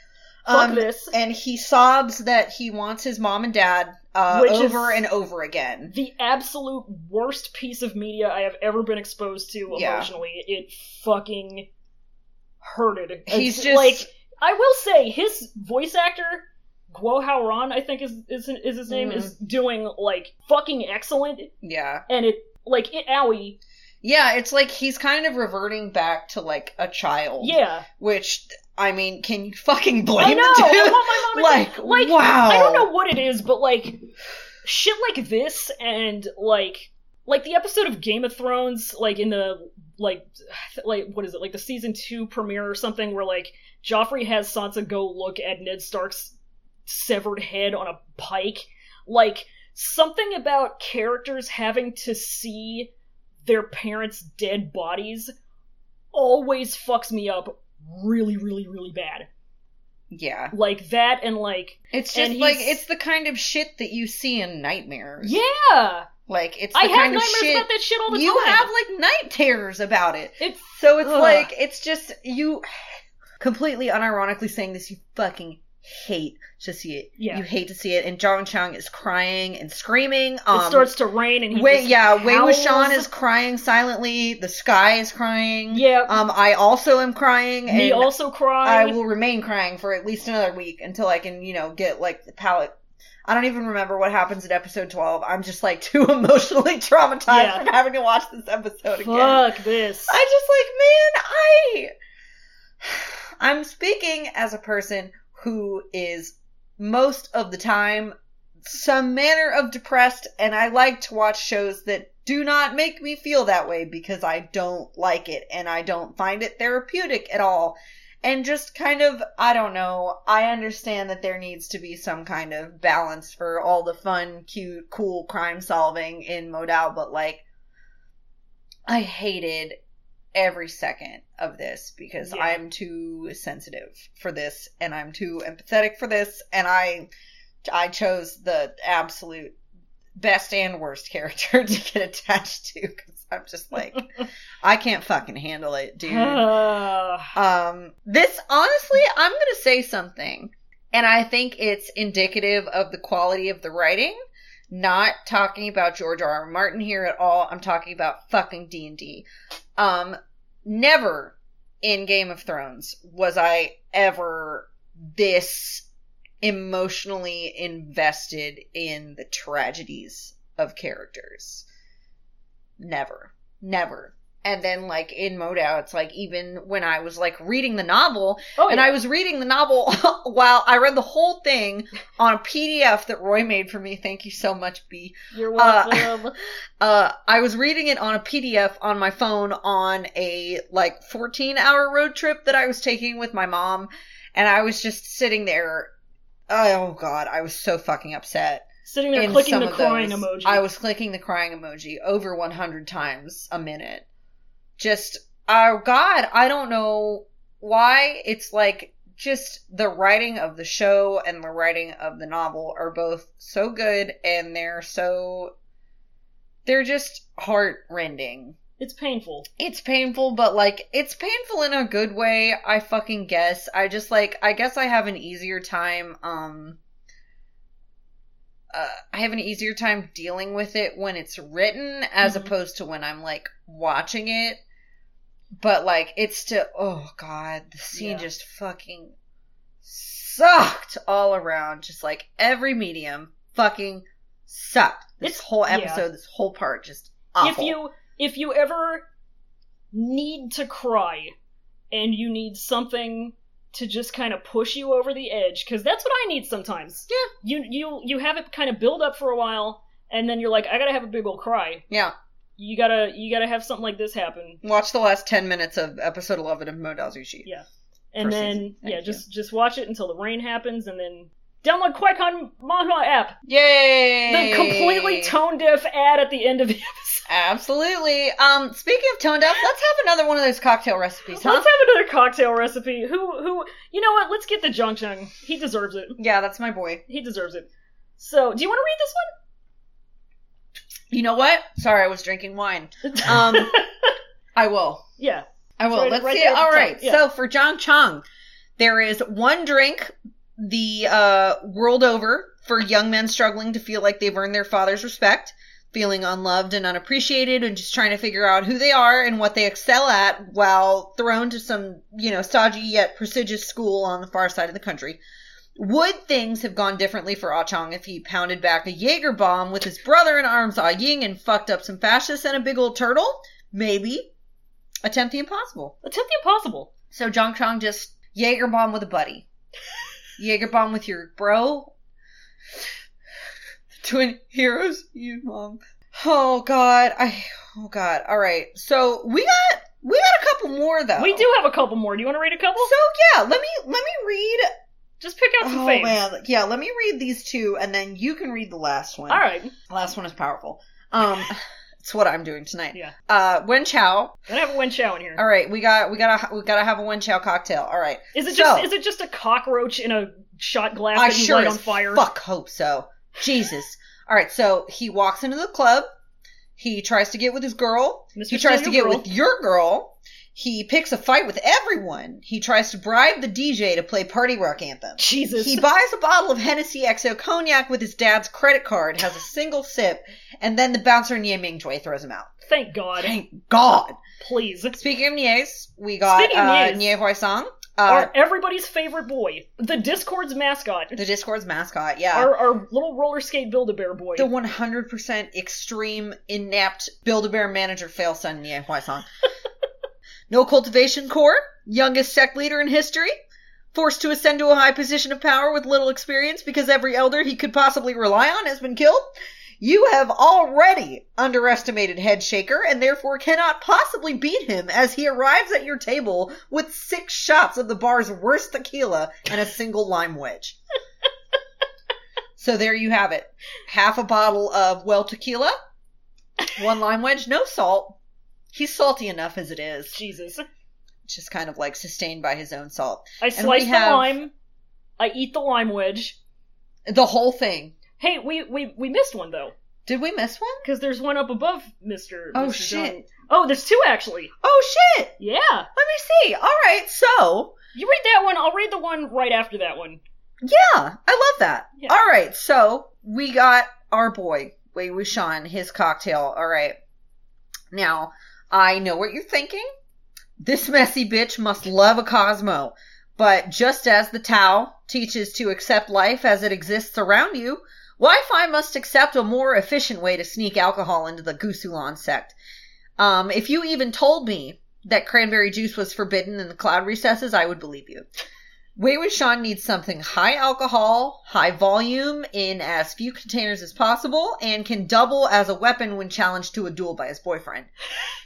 A: Fuck
B: um
A: this.
B: and he sobs that he wants his mom and dad uh
A: Which is-
B: over and over again
A: The absolute worst piece of media I have ever been exposed to
B: Yeah.
A: emotionally. It fucking hurted.
B: he's
A: It's
B: just
A: like I will say his voice actor Guo Haoran, I think is is, is his name, is
B: Mm-hmm.
A: doing like fucking excellent,
B: yeah
A: and it like it owie,
B: yeah it's like he's kind of reverting back to like a child
A: yeah.
B: which i mean can you fucking
A: I
B: blame
A: know.
B: the
A: I
B: dude
A: want my mom
B: *laughs* like,
A: to like,
B: wow
A: I don't know what it is, but like shit like this and like like the episode of Game of Thrones, like in the like like what is it like the season two premiere or something, where like Joffrey has Sansa go look at Ned Stark's severed head on a pike, like something about characters having to see their parents' dead bodies always fucks me up really really really bad
B: yeah
A: like that and like
B: it's
A: And
B: just like
A: he's-
B: it's the kind of shit that you see in nightmares
A: yeah
B: like it's the
A: I have
B: kind of
A: nightmares
B: shit
A: about that shit all the
B: you
A: time.
B: have like night terrors about it.
A: It's
B: So it's
A: Ugh.
B: like it's just you completely unironically saying this you fucking hate to see it.
A: Yeah.
B: You hate to see it and Jong Chang is crying and screaming. Um
A: it starts to rain and he
B: Wei,
A: just
B: yeah, Wei
A: howls.
B: Wuxian is crying silently. The sky is crying.
A: Yeah.
B: Um, I also am crying,
A: *laughs* me
B: and
A: also
B: I
A: crying.
B: will remain crying for at least another week until I can, you know, get like the palate. I don't even remember what happens at episode twelve. I'm just like *laughs* too emotionally traumatized
A: Yeah.
B: from having to watch this episode again.
A: Fuck
B: *laughs*
A: this. *sighs*
B: I just like, man, I *sighs* I'm speaking as a person who is most of the time some manner of depressed and I like to watch shows that do not make me feel that way because I don't like it and I don't find it therapeutic at all. And just kind of, I don't know, I understand that there needs to be some kind of balance for all the fun, cute, cool crime solving in Modal, but like, I hated every second of this because
A: Yeah.
B: I'm too sensitive for this and I'm too empathetic for this and I I chose the absolute best and worst *laughs* character to get attached to cuz I'm just like I can't fucking handle it, dude.
A: Ugh.
B: um this honestly, I'm going to say something and I think it's indicative of the quality of the writing. Not talking about George R. R. Martin here at all. I'm talking about fucking D&D. Um never in Game of Thrones was I ever this emotionally invested in the tragedies of characters. Never. Never. And then like in Modal, it's like even when I was like reading the novel,
A: oh,
B: and I was reading the novel *laughs* while I read the whole thing on a PDF that Roy made for me. Thank you so much, B.
A: you're
B: uh,
A: welcome.
B: Uh, I was reading it on a PDF on my phone on a like 14 hour road trip that I was taking with my mom, and I was just sitting there. Oh god, I was so fucking upset.
A: *laughs* Sitting there
B: in
A: clicking
B: some
A: the
B: of
A: crying
B: those.
A: emoji.
B: I was clicking the crying emoji over 100 times a uh, minute. Just, oh god, I don't know why. It's like just the writing of the show and the writing of the novel are both so good and they're so they're just heartrending.
A: It's painful.
B: It's painful, but like it's painful in a good way, I fucking guess. I just like I guess I have an easier time um uh, I have an easier time dealing with it when it's written as
A: Mhm.
B: opposed to when I'm like watching it. But like it's still oh god, the scene
A: Yeah.
B: just fucking sucked all around. Just like every medium fucking sucked. This
A: It's-
B: whole
A: yeah.
B: episode, this whole part just awful.
A: If you if you ever need to cry and you need something to just kind of push you over the edge cuz that's what I need sometimes.
B: Yeah.
A: You you you have it kind of build up for a while and then you're like I got to have a big old cry.
B: yeah,
A: You got to you got to have something like this happen.
B: watch the last ten minutes of episode eleven of Modazushi.
A: Yeah. And
B: First
A: then
B: season. Thank
A: yeah,
B: you.
A: just just watch it until the rain happens and then download QuaiCon manhwa app.
B: Yay!
A: The completely tone deaf ad at the end of the *laughs* episode.
B: Absolutely. Um, speaking of tone deaf, let's have another one of those cocktail recipes, huh?
A: Let's have another cocktail recipe. Who who you know what? Let's get the Jung Jung. He deserves it.
B: yeah, that's my boy.
A: He deserves it. So, do you want to read this one?
B: You know what? Sorry, I was drinking *laughs* wine. Um, I will.
A: *laughs* Yeah.
B: I will.
A: Right-
B: Let's
A: right
B: see.
A: there at the
B: All
A: top,
B: right.
A: yeah.
B: So for Jong Chong, there is one drink the uh, world over for young men struggling to feel like they've earned their father's respect, feeling unloved and unappreciated, and just trying to figure out who they are and what they excel at while thrown to some, you know, stodgy yet prestigious school on the far side of the country. Would things have gone differently for Ah Chong if he pounded back a Jaeger bomb with his brother in arms, Ah Ying, and fucked up some fascists and a big old turtle? Maybe. Attempt the impossible.
A: Attempt the impossible.
B: So Jong Chong just Jaeger bomb with a buddy. Jaeger bomb with your bro. Twin heroes, you mom. Oh god, I oh god. All right. So we got we got a couple more though.
A: We do have a couple more. Do you want to read a couple?
B: Oh. So yeah, let me let me read.
A: Just pick out some
B: Oh
A: faves.
B: man, yeah, let me read these two, and then you can read the last one.
A: All right.
B: last one is powerful. Um, *laughs* it's what I'm doing tonight.
A: Yeah.
B: Uh, Wen Chow.
A: Gonna have a Wen Chow in here. Is
B: All right, we got we gotta we gotta have a Wen Chow cocktail. All right.
A: it just
B: So-
A: is it just a cockroach in a shot glass
B: I
A: that you
B: sure
A: light
B: as
A: on fire?
B: fuck hope so. Jesus. All right, so he walks into the club. He tries to get with his girl.
A: Mr.
B: He tries to
A: Steal
B: get
A: Your Girl.
B: with your girl. He picks a fight with everyone. He tries to bribe the DJ to play party rock anthem.
A: Jesus.
B: He buys a bottle of Hennessy XO cognac with his dad's credit card, has a single sip, and then the bouncer Nie Ming Joy throws him out.
A: Thank God.
B: Thank God.
A: Please.
B: Speaking of Nies, we got
A: Speaking of
B: uh,
A: Nies.
B: Nie Hoi Song, uh,
A: Our everybody's favorite boy, the Discord's mascot,
B: the Discord's mascot. Yeah.
A: our, our little roller skate Build-A-Bear boy.
B: the 100% extreme inept build-a-bear manager fail son yeah Huaisong. no cultivation corps youngest sect leader in history forced to ascend to a high position of power with little experience because every elder he could possibly rely on has been killed you have already underestimated head shaker and therefore cannot possibly beat him as he arrives at your table with six shots of the bar's worst tequila and a single lime wedge so there you have it. Half a bottle of well tequila, one lime wedge, no salt. He's salty enough as it is,
A: Jesus.
B: just kind of like sustained by his own salt.
A: I
B: we
A: slice the
B: have-
A: lime. I eat the lime wedge.
B: The whole thing.
A: Hey, we we we missed one though,
B: Did we miss one?
A: because there's one up above Mister.
B: Oh
A: Mr.
B: shit.
A: Dunn. Oh, there's two actually.
B: Oh shit.
A: Yeah,
B: Let me see. All right. So,
A: you read that one. I'll read the one right after that one.
B: yeah, I love that.
A: Yeah.
B: All right. So, we got our boy, Wei Wuxian, his cocktail. All right. Now, I know what you're thinking. This messy bitch must love a Cosmo. But just as the Tao teaches to accept life as it exists around you, Wi Fi must accept a more efficient way to sneak alcohol into the Gusulon sect. Um, if you even told me that cranberry juice was forbidden in the cloud recesses, I would believe you. Wayward Sean needs something high alcohol, high volume, in as few containers as possible, and can double as a weapon when challenged to a duel by his boyfriend.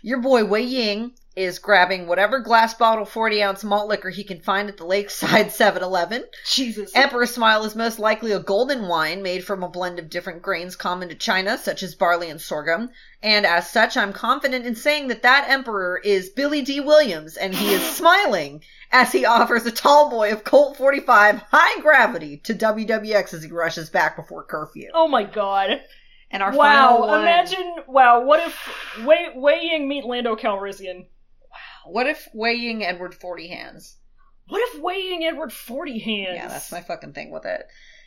B: Your boy Wei Ying is grabbing whatever glass bottle 40 ounce malt liquor he can find at the lakeside *laughs* 7 Eleven.
A: Jesus.
B: Emperor Smile is most likely a golden wine made from a blend of different grains common to China, such as barley and sorghum. And as such, I'm confident in saying that that emperor is Billy D. Williams, and
A: *gasps*
B: he is smiling as he offers a tall boy of Colt 45 high gravity to WWX as he rushes back before curfew.
A: oh my god.
B: And our
A: wow.
B: final one-
A: Imagine. Wow. What if Wei Wei Ying meet Lando Calrissian?
B: What if weighing Edward 40 hands?
A: What if Wei Ying Edward Forty Hands?
B: Yeah, that's my fucking thing with it.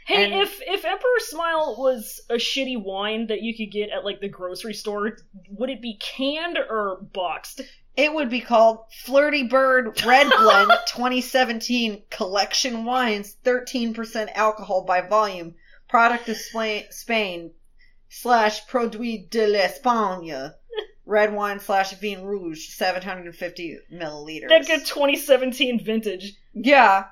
A: Hey,
B: and-
A: if if Emperor Smile was a shitty wine that you could get at like the grocery store, would it be canned or boxed?
B: It would be called Flirty Bird Red Blend 2017 Collection Wines, 13% alcohol by volume, product of Spa- Spain, slash Produit de l'Espagne, red wine slash Vin Rouge, 750 milliliters.
A: That good 2017 vintage.
B: Yeah.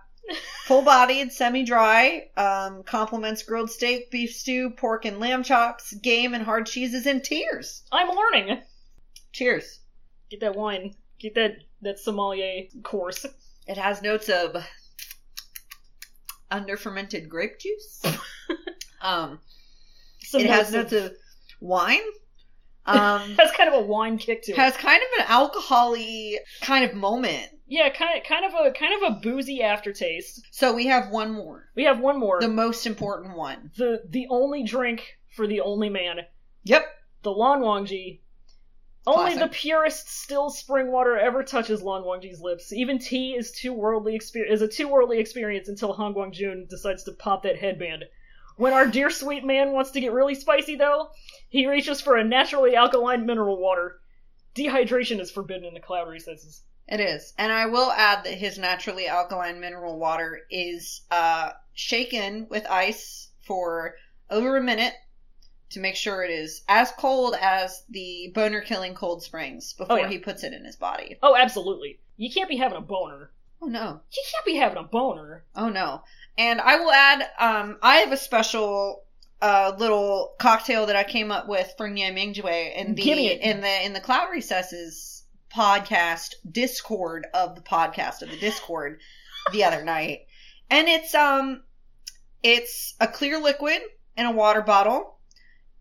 B: Full bodied, semi dry, um, complements grilled steak, beef stew, pork and lamb chops, game and hard cheeses, and tears.
A: I'm learning.
B: Cheers.
A: Get that wine. Get that that sommelier course.
B: It has notes of under fermented grape juice. um,
A: Some
B: it has
A: notes
B: notes
A: of-
B: of wine. Um,
A: *laughs* has kind of a wine kick to it.
B: has kind of an alcoholy kind of moment.
A: yeah, kind of, kind of a kind of a boozy aftertaste.
B: So we have one more,
A: We have one more.
B: the
A: The
B: most important one.
A: the, only drink for the only man.
B: Yep,
A: The Lan Wangji. Only
B: Classic.
A: the purest still spring water ever touches Lan Wangji's lips. Even tea is too worldly exper- is a too worldly experience until Hong Guang Jun decides to pop that headband. When our dear sweet man wants to get really spicy though, he reaches for a naturally alkaline mineral water. Dehydration is forbidden in the cloud recesses.
B: it is. And I will add that his naturally alkaline mineral water is uh, shaken with ice for over a minute to make sure it is as cold as the boner killing cold springs before
A: yeah.
B: he puts it in his body.
A: Oh, absolutely. You can't be having a boner.
B: Oh no.
A: You can't be having a boner.
B: Oh no. And I will add, um, I have a special uh, little cocktail that I came up with for Nia Mingjue in the
A: Gimme it.
B: in the in the Cloud Recesses podcast Discord of the podcast of the Discord the other night. And it's um it's a clear liquid in a water bottle.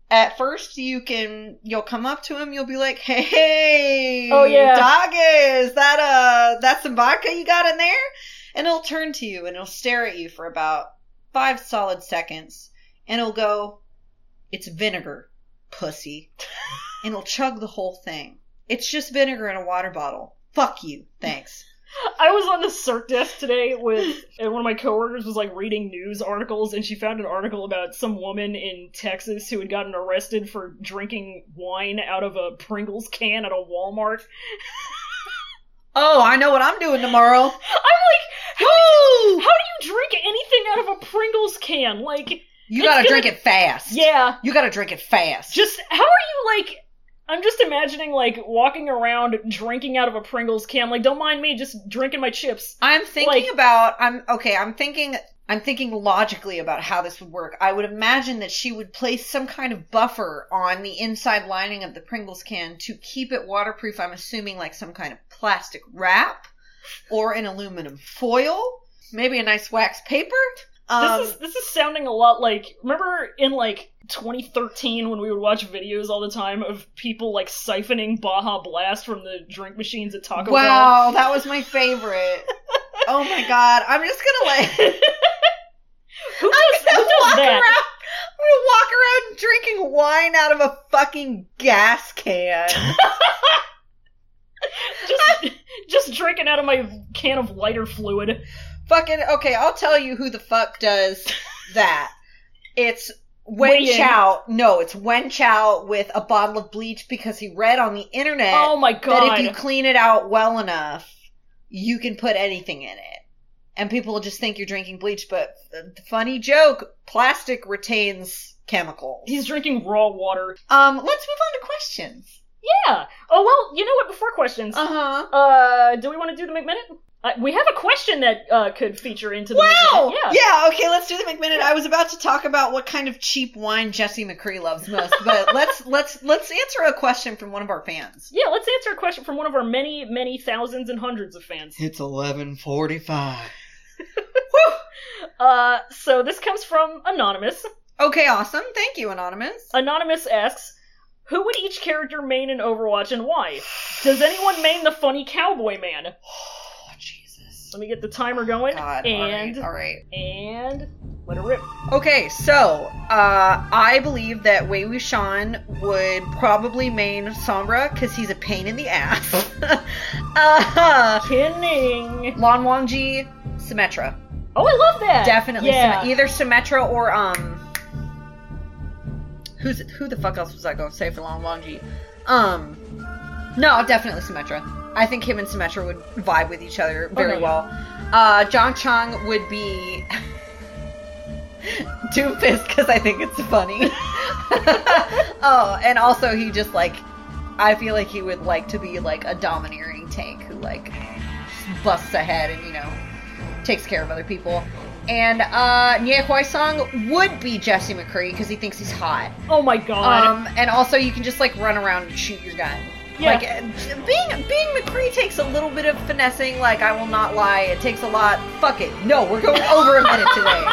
B: At first, you can you'll come up to him. You'll be like, "Hey,
A: Oh, yeah.
B: dog is that uh that's some vodka you got in there?" And it'll turn to you and it'll stare at you for about five solid seconds, and it'll go, "It's vinegar,
A: *laughs*
B: pussy," and it'll chug the whole thing. It's just vinegar in a water bottle. Fuck you.
A: *laughs*
B: Thanks.
A: I was on the circ desk today with, and one of my coworkers was like reading news articles, and she found an article about some woman in Texas who had gotten arrested for drinking wine out of a Pringles can at a Walmart.
B: Oh, I know what I'm doing tomorrow.
A: I'm like,
B: Woo!
A: how do you drink anything out of a Pringles can? Like, It's
B: You gotta
A: gonna-
B: drink it fast.
A: yeah,
B: You gotta drink it fast.
A: Just how are you like? I'm just imagining like walking around drinking out of a Pringles can. Like, don't mind me, just drinking my chips.
B: I'm thinking
A: Like-
B: about I'm okay, I'm thinking I'm thinking logically about how this would work. I would imagine that she would place some kind of buffer on the inside lining of the Pringles can to keep it waterproof. I'm assuming like some kind of plastic wrap or an aluminum foil, maybe a nice wax paper. Um,
A: this is this is sounding a lot like remember in like 2013 when we would watch videos all the time of people like siphoning Baja Blast from the drink machines at Taco Bell.
B: wow, that was my favorite. oh my god, I'm just gonna like *laughs*
A: Who
B: I'm
A: does, who
B: gonna
A: does
B: walk
A: that?
B: around. I'm gonna walk around drinking wine out of a fucking gas can.
A: *laughs* Just *laughs* just drinking out of my can of lighter fluid.
B: *laughs* fucking okay. I'll tell you who the fuck does that. It's
A: Wei
B: Wen
A: Ying.
B: Chow. No, it's Wen Chow with a bottle of bleach because he read on the internet
A: Oh my god!
B: that if you clean it out well enough, you can put anything in it. And people will just think you're drinking bleach, but the funny joke, plastic retains chemicals.
A: He's drinking raw water.
B: um, let's move on to questions.
A: Yeah. Oh well, you know what? Before questions,
B: Uh huh.
A: Uh, do we want to do the McMinute? Uh, we have a question that uh, could feature into the
B: Wow!
A: Yeah.
B: Yeah, okay, let's do the McMinute. I was about to talk about what kind of cheap wine Jesse McCree loves most,
A: *laughs*
B: but let's let's let's answer a question from one of our fans.
A: Yeah, let's answer a question from one of our many, many thousands and hundreds of fans.
B: It's eleven forty five.
A: Uh, so this comes from Anonymous.
B: Okay, awesome. Thank you, Anonymous.
A: Anonymous asks, who would each character main in Overwatch and why? Does anyone main the funny cowboy man?
B: Oh, *sighs* Jesus.
A: Let me get the timer going.
B: God,
A: and
B: all right, all right.
A: and let it rip.
B: Okay, so uh, I believe that Wei Wuxian would probably main Sombra because he's a pain in the ass. *laughs* uh,
A: Kinning.
B: Lan Wangji, Symmetra.
A: Oh, I love that.
B: Definitely e-
A: Yeah.
B: Syme- either Symmetra or um Who's who the fuck else was I gonna say for Lan Wangji? Um No, definitely Symmetra. I think him and Symmetra would vibe with each other very
A: no,
B: well. Uh Jong Chong would be *laughs* Doom Fist because I think it's funny. *laughs* oh, and also he just like I feel like he would like to be like a domineering tank who like busts ahead and you know takes care of other people. And uh, Nye Hwai Song would be Jesse McCree because he thinks he's hot.
A: Oh my god.
B: Um, and also you can just like run around and shoot your gun.
A: yeah.
B: Like uh, being being McCree takes a little bit of finessing. Like I will not lie, it takes a lot. Fuck it. No,
A: *laughs*
B: we're going over a minute today.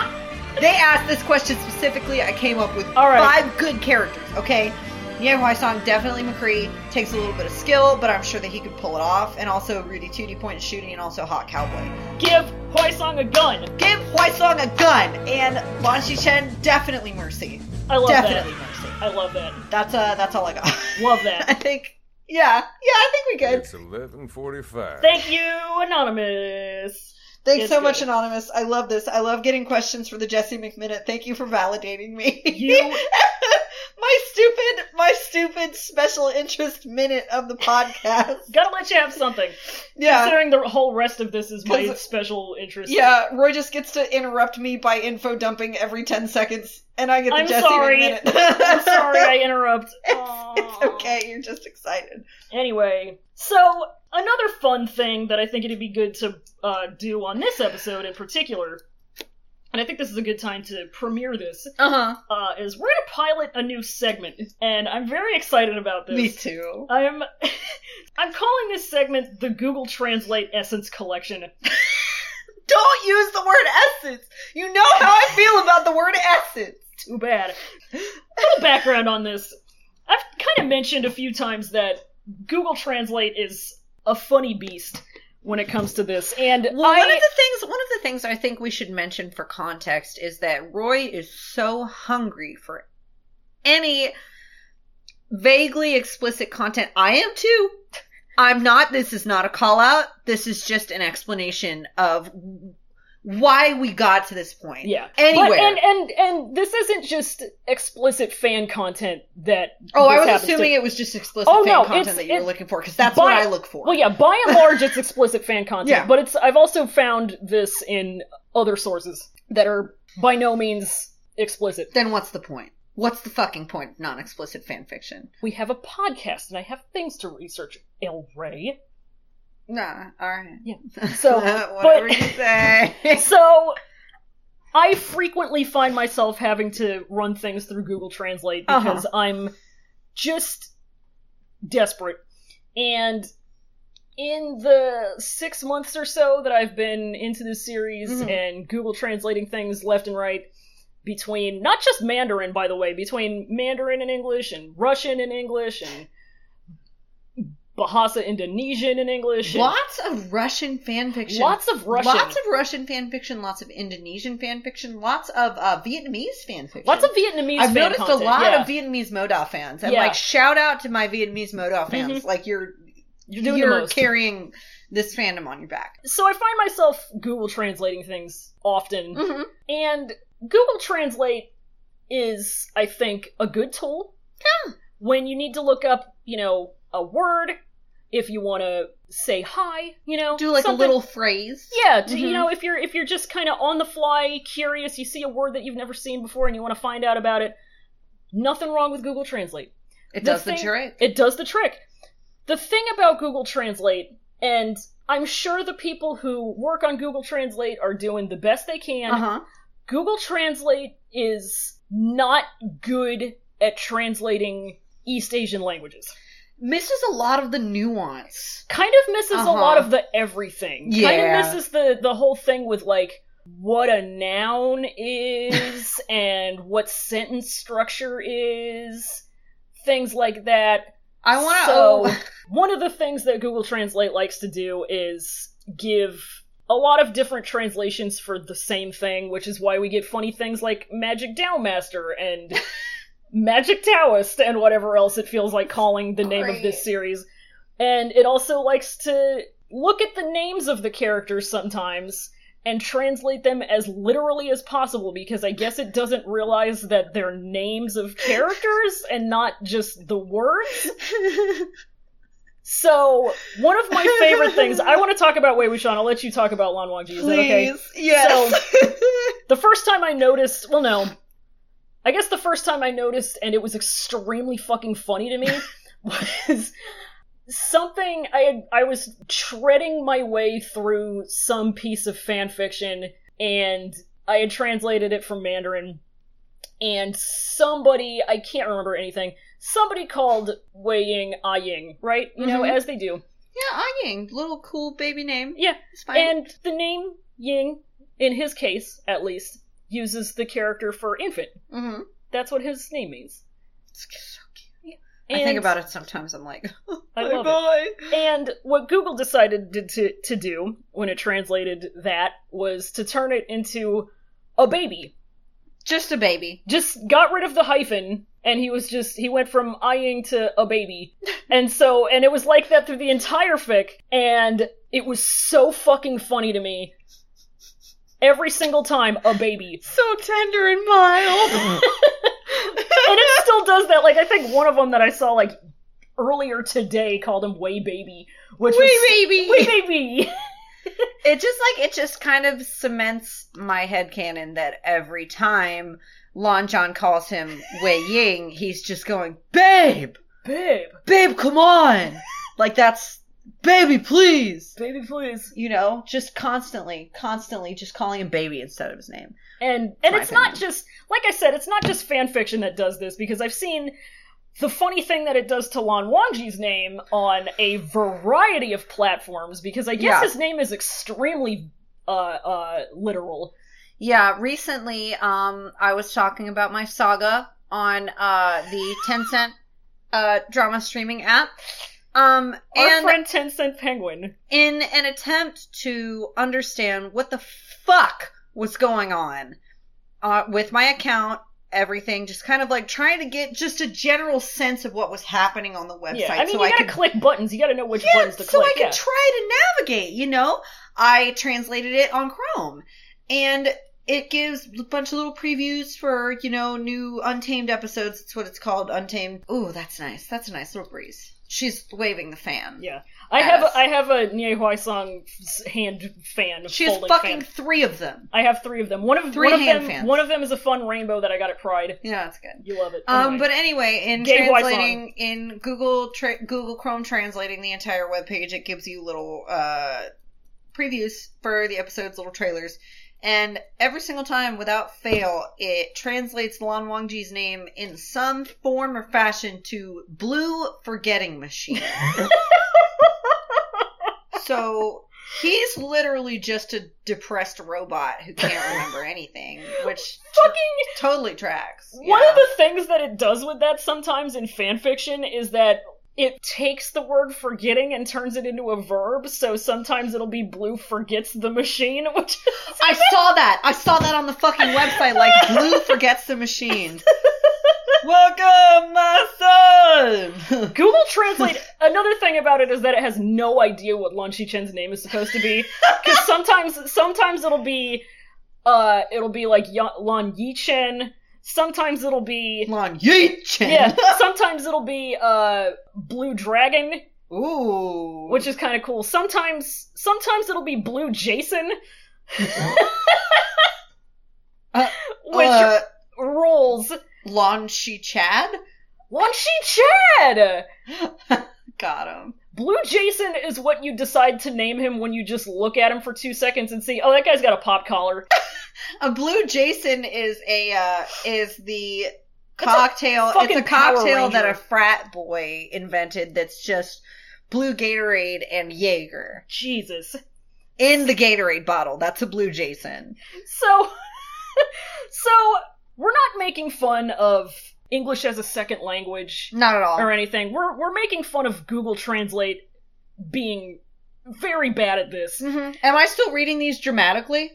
B: They asked this question specifically. I came up with
A: All right.
B: five good characters. Okay, Nye Hwai Song definitely McCree takes a little bit of skill, but I'm sure that he could pull it off. And also Rudy Tootie point shooting, and also hot cowboy
A: Give Hoisong a gun.
B: give Hwai Song a gun, and Lan Chen definitely mercy.
A: I love
B: definitely
A: that.
B: mercy.
A: I love that.
B: That's uh, that's all I got. *laughs*
A: Love
B: I
A: that.
B: think, yeah, yeah, I think we good.
C: It's 11:45.
A: Thank you,
B: *laughs*
A: Anonymous.
B: Thanks
A: it's
B: so much,
A: good.
B: Anonymous. I love this. I love getting questions for the Jesse McMinute. Thank you for validating me.
A: You-
B: *laughs* my stupid, my stupid special interest minute of the podcast.
A: *laughs* Gotta let you have something.
B: Yeah.
A: Considering the whole rest of this is my
B: Uh, *laughs* 'Cause-
A: special interest.
B: Yeah, Roy just gets to interrupt me by info dumping every 10 seconds, and I get the
A: I'm
B: Jesse
A: sorry.
B: McMinute.
A: *laughs* I'm sorry I interrupt.
B: *laughs* It's
A: Aw.
B: okay, you're just excited.
A: Anyway, so another fun thing that I think it'd be good to uh, do on this episode in particular, and I think this is a good time to premiere this,
B: Uh
A: uh, is we're gonna pilot a new segment, and I'm very excited about this.
B: Me too.
A: I'm *laughs* I'm calling this segment the Google Translate Essence Collection.
B: Don't use the word essence. You know how I feel about the word essence.
A: Too bad. little background on this. I've kind of mentioned a few times that Google Translate is a funny beast when it comes to this, and
B: Well,
A: I
B: one of the things one of the things I think we should mention for context is that Roy is so hungry for any vaguely explicit content. I am too. I'm not. This is not a call out. This is just an explanation of why we got to this point.
A: Yeah.
B: Anywhere.
A: But, and and and this isn't just explicit fan content that.
B: oh,
A: this
B: I was
A: happens
B: assuming
A: to-
B: it was just explicit
A: Oh,
B: fan
A: no, it's-
B: content that you were
A: it-
B: looking for because that's
A: But-
B: what I look for.
A: Well, yeah. By and large, it's explicit fan content.
B: Yeah.
A: But it's I've also found this in other sources that are by no means explicit.
B: Then what's the point? What's the fucking point of non explicit fan fiction?
A: We have a podcast, and I have things to research. El Rey.
B: Nah, alright.
A: Yeah. *laughs* So,
B: whatever
A: but-
B: you say.
A: So. I frequently find myself having to run things through Google Translate
B: Uh-huh.
A: because I'm just desperate. And in the six months or so that I've been into this series
B: Mhm.
A: and Google translating things left and right, between not just Mandarin, by the way, between Mandarin and English and Russian and English and Bahasa Indonesian and English. and
B: *laughs* lots of Russian fan fiction.
A: Lots of Russian.
B: Lots of Russian fan fiction, lots of Indonesian fan fiction, lots of uh, Vietnamese fan fiction.
A: Lots of Vietnamese.
B: I've
A: fan
B: noticed
A: content,
B: a lot
A: yeah.
B: of Vietnamese Moda fans. And
A: Yeah. Mm-hmm.
B: like shout out to my Vietnamese Moda fans. Like you're
A: You're doing the
B: you're
A: most.
B: carrying this fandom on your back.
A: so I find myself Google translating things often,
B: Mm-hmm.
A: and Google Translate is, I think, a good tool when you need to look up, you know, a word, if you want to say hi, you know,
B: Do like
A: something-
B: a little phrase.
A: yeah, to- you
B: Mhm.
A: know, if you're if you're just kind of on the fly, curious, you see a word that you've never seen before and you want to find out about it. Nothing wrong with Google Translate.
B: It
A: The
B: does the
A: thing-
B: trick.
A: It does the trick. The thing about Google Translate And I'm sure the people who work on Google Translate are doing the best they can.
B: Uh huh.
A: Google Translate is not good at translating East Asian languages.
B: Misses a lot of the nuance.
A: Kind of misses
B: Uh-huh.
A: a lot of the everything.
B: Yeah.
A: Kind of misses the the whole thing with like what a noun
B: *laughs*
A: is and what sentence structure is, things like that.
B: I oh, want to.
A: *laughs* So- One of the things that Google Translate likes to do is give a lot of different translations for the same thing, which is why we get funny things like Magic Downmaster
B: *laughs*
A: and Magic Taoist and whatever else it feels like calling the name of
B: Great.
A: this series. And it also likes to look at the names of the characters sometimes and translate them as literally as possible because I guess it doesn't realize that they're names of characters and not just the words. So one of my favorite things I want to talk about Wei Wuxian. I'll let you talk about Lan Wangji. Is that okay?
B: Please. Yes.
A: The first time I noticed, well, no, I guess the first time I noticed, and it was extremely fucking funny to me, was something I had, I was treading my way through some piece of fan fiction, and I had translated it from Mandarin, and somebody I can't remember anything. Somebody called Wei Ying Ah Ying, right? You know,
B: Mhm.
A: as they do.
B: yeah, Anying. Little cool baby name.
A: Yeah,
B: It's fine.
A: And the name Ying, in his case at least, uses the character for infant.
B: mm-hmm.
A: That's what his name means.
B: so cute.
A: And,
B: I think about it sometimes. I'm like,
A: I
B: bye
A: love
B: bye.
A: And what Google decided to, to, to do when it translated that was to turn it into a baby.
B: Just a baby.
A: Just got rid of the hyphen, and he was just, he went from eyeing to a
B: *laughs*
A: baby. And so, and it was like that through the entire fic, and it was so fucking funny to me. Every single time, a baby.
B: So tender and *laughs* mild.
A: and it still does that. Like I think one of them that I saw like earlier today called him Way Baby, which
B: Wee
A: was
B: baby. *laughs*
A: Way Baby.
B: It just like it just kind of cements my headcanon that every time Lon John calls him Wei Ying, he's just going, Babe,
A: Babe,
B: babe, come on. like that's baby, please.
A: baby, please.
B: You know, just constantly, constantly just calling him baby instead of his name.
A: And and
B: My
A: it's not
B: opinion.
A: just like I said, it's not just fan fiction that does this because I've seen the funny thing that it does to Lan Wangji's name on a variety of platforms because I guess
B: Yeah.
A: his name is extremely uh uh literal.
B: Yeah, recently um I was talking about my saga on uh the Tencent uh drama streaming app. Um
A: Our
B: and
A: friend Ten Cent Penguin.
B: in an attempt to understand what the fuck was going on uh, with my account, everything, just kind of like trying to get just a general sense of what was happening on the website.
A: Yeah, I mean
B: so
A: you
B: I
A: gotta
B: could,
A: click buttons. You gotta know which
B: yeah,
A: buttons to
B: so
A: click.
B: I could
A: yeah.
B: try to navigate. You know, I translated it on Chrome, and it gives a bunch of little previews for you know new Untamed episodes. It's what it's called, Untamed. Ooh, that's nice. That's a nice little breeze. She's waving the fan.
A: Yeah. I have
B: Yes.
A: a, I have a Nie Hwai Song s- hand fan.
B: She has
A: folding
B: fucking
A: Fan.
B: three of them.
A: I have three of them. One of
B: Three
A: one of
B: hand
A: them.
B: fans.
A: One of them is a fun rainbow that I got at Pride.
B: Yeah, that's good.
A: You love it.
B: Um,
A: Anyway.
B: but anyway, in
A: Gay white
B: translating in Google tra- Google Chrome translating the entire webpage, it gives you little uh, previews for the episodes, little trailers, and every single time, without fail, it translates Lan Wangji's name in some form or fashion to "blue forgetting machine." *laughs* so he's literally just a depressed robot who can't remember anything, which
A: *laughs* fucking
B: totally tracks.
A: one
B: Yeah.
A: of the things that it does with that sometimes in fan fiction is that it takes the word forgetting and turns it into a verb. So sometimes it'll be blue forgets the machine, *laughs* which
B: I saw that. I saw that on the fucking website. Like Blue forgets the machine. *laughs* Welcome, my son. *laughs*
A: Google Translate. another thing about it is that it has no idea what Lan Shi Chen's name is supposed to
B: *laughs*
A: be. Because sometimes, sometimes it'll be, uh, it'll be like Ya- Lan Yi Chen. Sometimes it'll be,
B: Lon Yeechin. *laughs*
A: yeah. Sometimes it'll be uh, Blue Dragon,
B: Ooh.
A: which is kind of cool. Sometimes, sometimes it'll be Blue Jason,
B: *laughs* Uh,
A: *laughs* which
B: uh,
A: rolls.
B: Lon Shi Chad.
A: Lan Shi Chad.
B: Got him.
A: Blue Jason is what you decide to name him when you just look at him for two seconds and see, oh, that guy's got a pop collar.
B: A blue Jason is a uh, is the cocktail. It's a,
A: fucking Power
B: cocktail that a
A: Ranger.
B: frat boy invented. That's just blue Gatorade and Jaeger
A: Jesus.
B: in the Gatorade bottle. That's a blue Jason.
A: So, *laughs* so we're not making fun of English as a second language
B: Not at all.
A: or anything. We're we're making fun of Google Translate being very bad at this.
B: Mhm. Am I still reading these dramatically?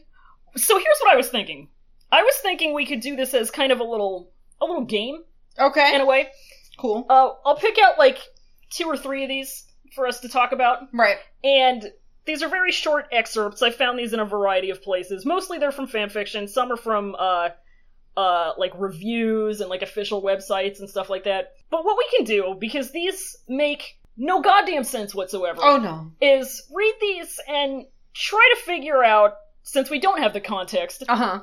A: So here's what I was thinking. I was thinking we could do this as kind of a little a little game
B: Okay.
A: in a way.
B: cool.
A: Uh, I'll pick out like two or three of these for us to talk about,
B: Right.
A: and these are very short excerpts. I found these in a variety of places. Mostly they're from fan fiction. Some are from uh, uh, like reviews and like official websites and stuff like that. But what we can do because these make no goddamn sense whatsoever
B: Oh no.
A: is read these and try to figure out, since we don't have the context,
B: Uh huh.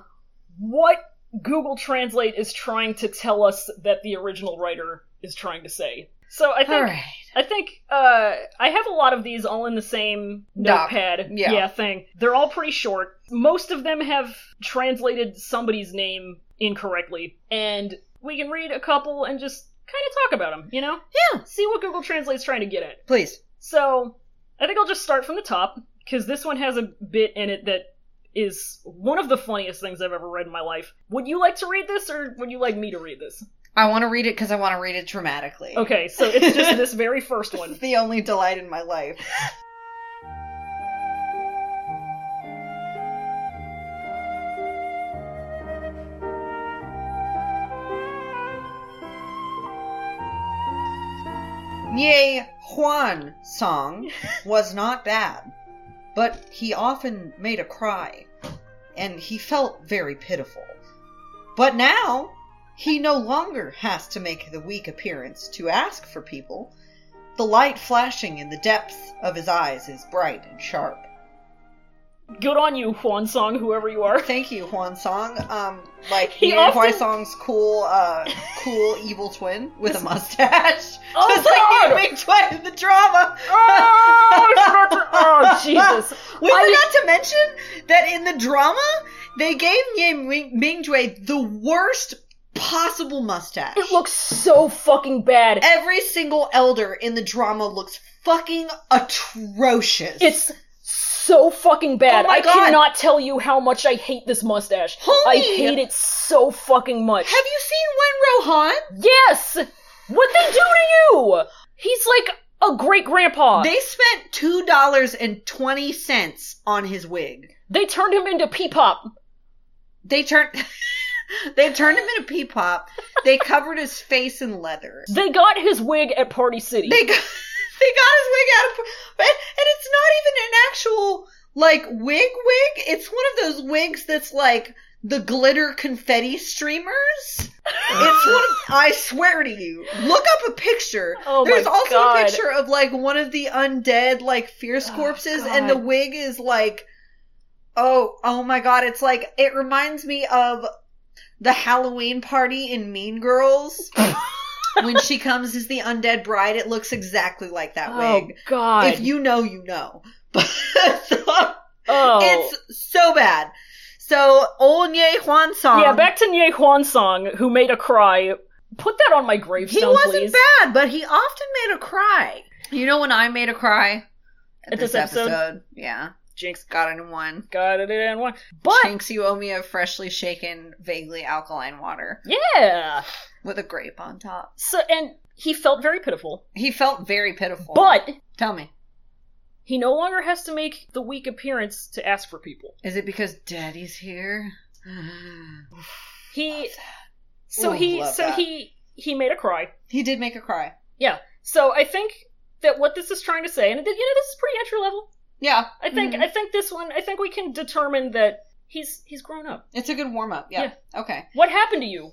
A: what Google Translate is trying to tell us that the original writer is trying to say. So I
B: All
A: think
B: right.
A: I think uh, I have a lot of these all in the same
B: Doc.
A: notepad.
B: Yeah.
A: thing. They're all pretty short. Most of them have translated somebody's name incorrectly, and we can read a couple and just kind of talk about them. You know?
B: Yeah.
A: See what Google Translate's trying to get at.
B: Please.
A: So I think I'll just start from the top because this one has a bit in it that is one of the funniest things I've ever read in my life. Would you like to read this, or would you like me to read this?
B: I want to read it because I want to read it dramatically.
A: Okay, so it's just this very first
B: This
A: one.
B: is the only delight in my life. Ye Huan song was not bad, but he often made a cry, and he felt very pitiful. But now he no longer has to make the weak appearance to ask for people. The light flashing in the depths of his eyes is bright and sharp.
A: Good on you, Juan Song, whoever you are.
B: Thank you, Huan Song. Um, like
A: He
B: he Yuan
A: often-
B: Song's cool, uh, cool evil twin with a mustache.
A: *laughs* Oh,
B: Just like
A: God!
B: the big twin in the drama.
A: *laughs* Oh, shut your- oh, Jesus.
B: *laughs* We
A: I-
B: forgot to mention that in the drama they gave Ye Ming- Mingjue the worst possible mustache.
A: It looks so fucking bad.
B: every single elder in the drama looks fucking atrocious.
A: It's so fucking bad.
B: Oh my
A: I
B: God.
A: cannot tell you how much I hate this mustache.
B: Homie!
A: I hate it so fucking much.
B: Have you seen Wen Rohan?
A: Yes! What they do to you? He's like a great grandpa. They,
B: They spent two dollars and twenty cents on his wig.
A: turned him into Peepop.
B: They turned *laughs* they turned him into pee pop. They covered his face in leather.
A: They got his wig at Party City.
B: They got, *laughs* they got his wig out of but and it's not even an actual like wig wig. It's one of those wigs that's like the glitter confetti streamers. It's
A: *gasps*
B: one of, I swear to you. Look up a picture.
A: oh
B: There's
A: my
B: also
A: god.
B: a picture of like one of the undead, like fierce
A: Oh,
B: corpses,
A: God.
B: and the wig is like, oh, oh my god! It's like it reminds me of the Halloween party in
A: *laughs*
B: Mean Girls when she comes as the undead bride. It looks exactly like that
A: Oh
B: wig.
A: god.
B: If you know, you know. *laughs* But
A: oh.
B: it's so bad. So Onye Huan Song.
A: yeah, back to Nye Hwan Song, who made a cry. Put that on my
B: He
A: gravestone,
B: wasn't
A: please.
B: bad, but he often made a cry. You know when I made a cry?
A: At this episode?
B: Yeah.
A: Jinx
B: Got in one.
A: got it in one. But
B: Jinx, you owe me a freshly shaken, vaguely alkaline water
A: yeah.
B: with a grape on top.
A: So and he felt very pitiful.
B: He felt very pitiful.
A: But
B: Tell me,
A: he no longer has to make the weak appearance to ask for people.
B: is it because daddy's here? *sighs*
A: He so
B: Ooh,
A: he
B: love
A: so
B: that.
A: he he made a cry.
B: he did make a cry.
A: Yeah. So I think that what this is trying to say, and it, you know, this is pretty entry level.
B: Yeah.
A: I think
B: Mhm.
A: I think this one. I think we can determine that he's he's grown up.
B: It's a good warm up. Yeah. Okay.
A: What happened to you?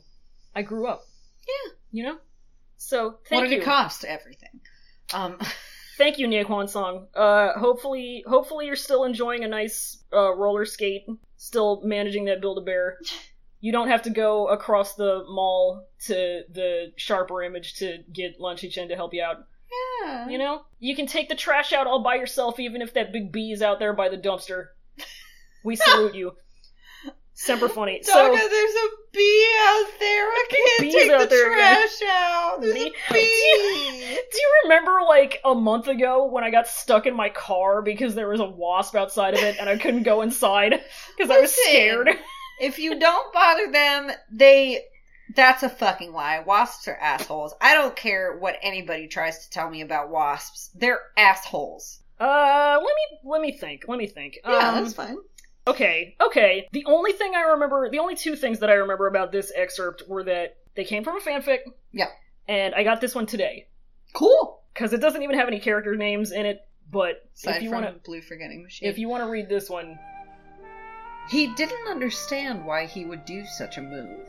A: I grew up.
B: Yeah.
A: You know. So
B: what
A: thank
B: did
A: you.
B: it cost? Everything. Um, *laughs*
A: Thank you, Naquan Song. Uh, hopefully, hopefully you're still enjoying a nice uh, roller skate, still managing that Build a
B: *laughs*
A: Bear. You don't have to go across the mall to the sharper image to get Lunchy Chen to help you out.
B: Yeah.
A: You know, you can take the trash out all by yourself, even if that big bee is out there by the dumpster. *laughs* We salute you. Semper
B: *laughs*
A: funny.
B: Dogga,
A: So
B: there's a bee out there. I can't
A: bee's
B: take
A: out
B: the
A: there again.
B: trash out.
A: *laughs*
B: There's
A: Bee-
B: a bee.
A: Do you remember like a month ago when I got stuck in my car because there was a wasp outside of it and I couldn't go inside *laughs* because I was
B: Listen.
A: scared?
B: if you don't bother them, they. That's a fucking lie. Wasps are assholes. I don't care what anybody tries to tell me about wasps. They're assholes.
A: Uh, let me let me think. Let me think. um,
B: fine.
A: Okay, okay. The only thing I remember, the only two things that I remember about this excerpt were that they came from a fanfic.
B: Yeah.
A: And I got this one today
B: Cool.
A: because it doesn't even have any character names in it. But
B: Aside
A: if you
B: from
A: want to,
B: blue forgetting machine.
A: if you want to read this one,
B: He didn't understand why he would do such a move.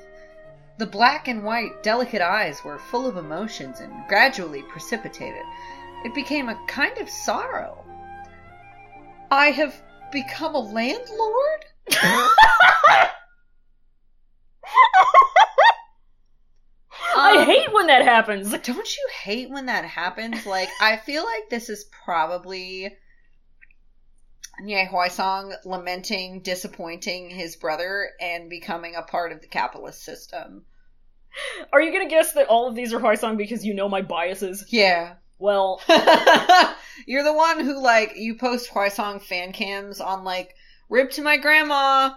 B: The black and white, delicate eyes were full of emotions and gradually precipitated. It became a kind of sorrow. I have become a landlord?
A: I
B: Um,
A: hate when that happens.
B: Don't you hate when that happens? Like, I feel like this is probably Nye Huaisong lamenting disappointing his brother and becoming a part of the capitalist system.
A: Are you gonna guess that all of these are Huaisong because you know my biases?
B: Yeah.
A: Well,
B: *laughs* You're the one who like you post Huaisong fan cams on like rip to my grandma.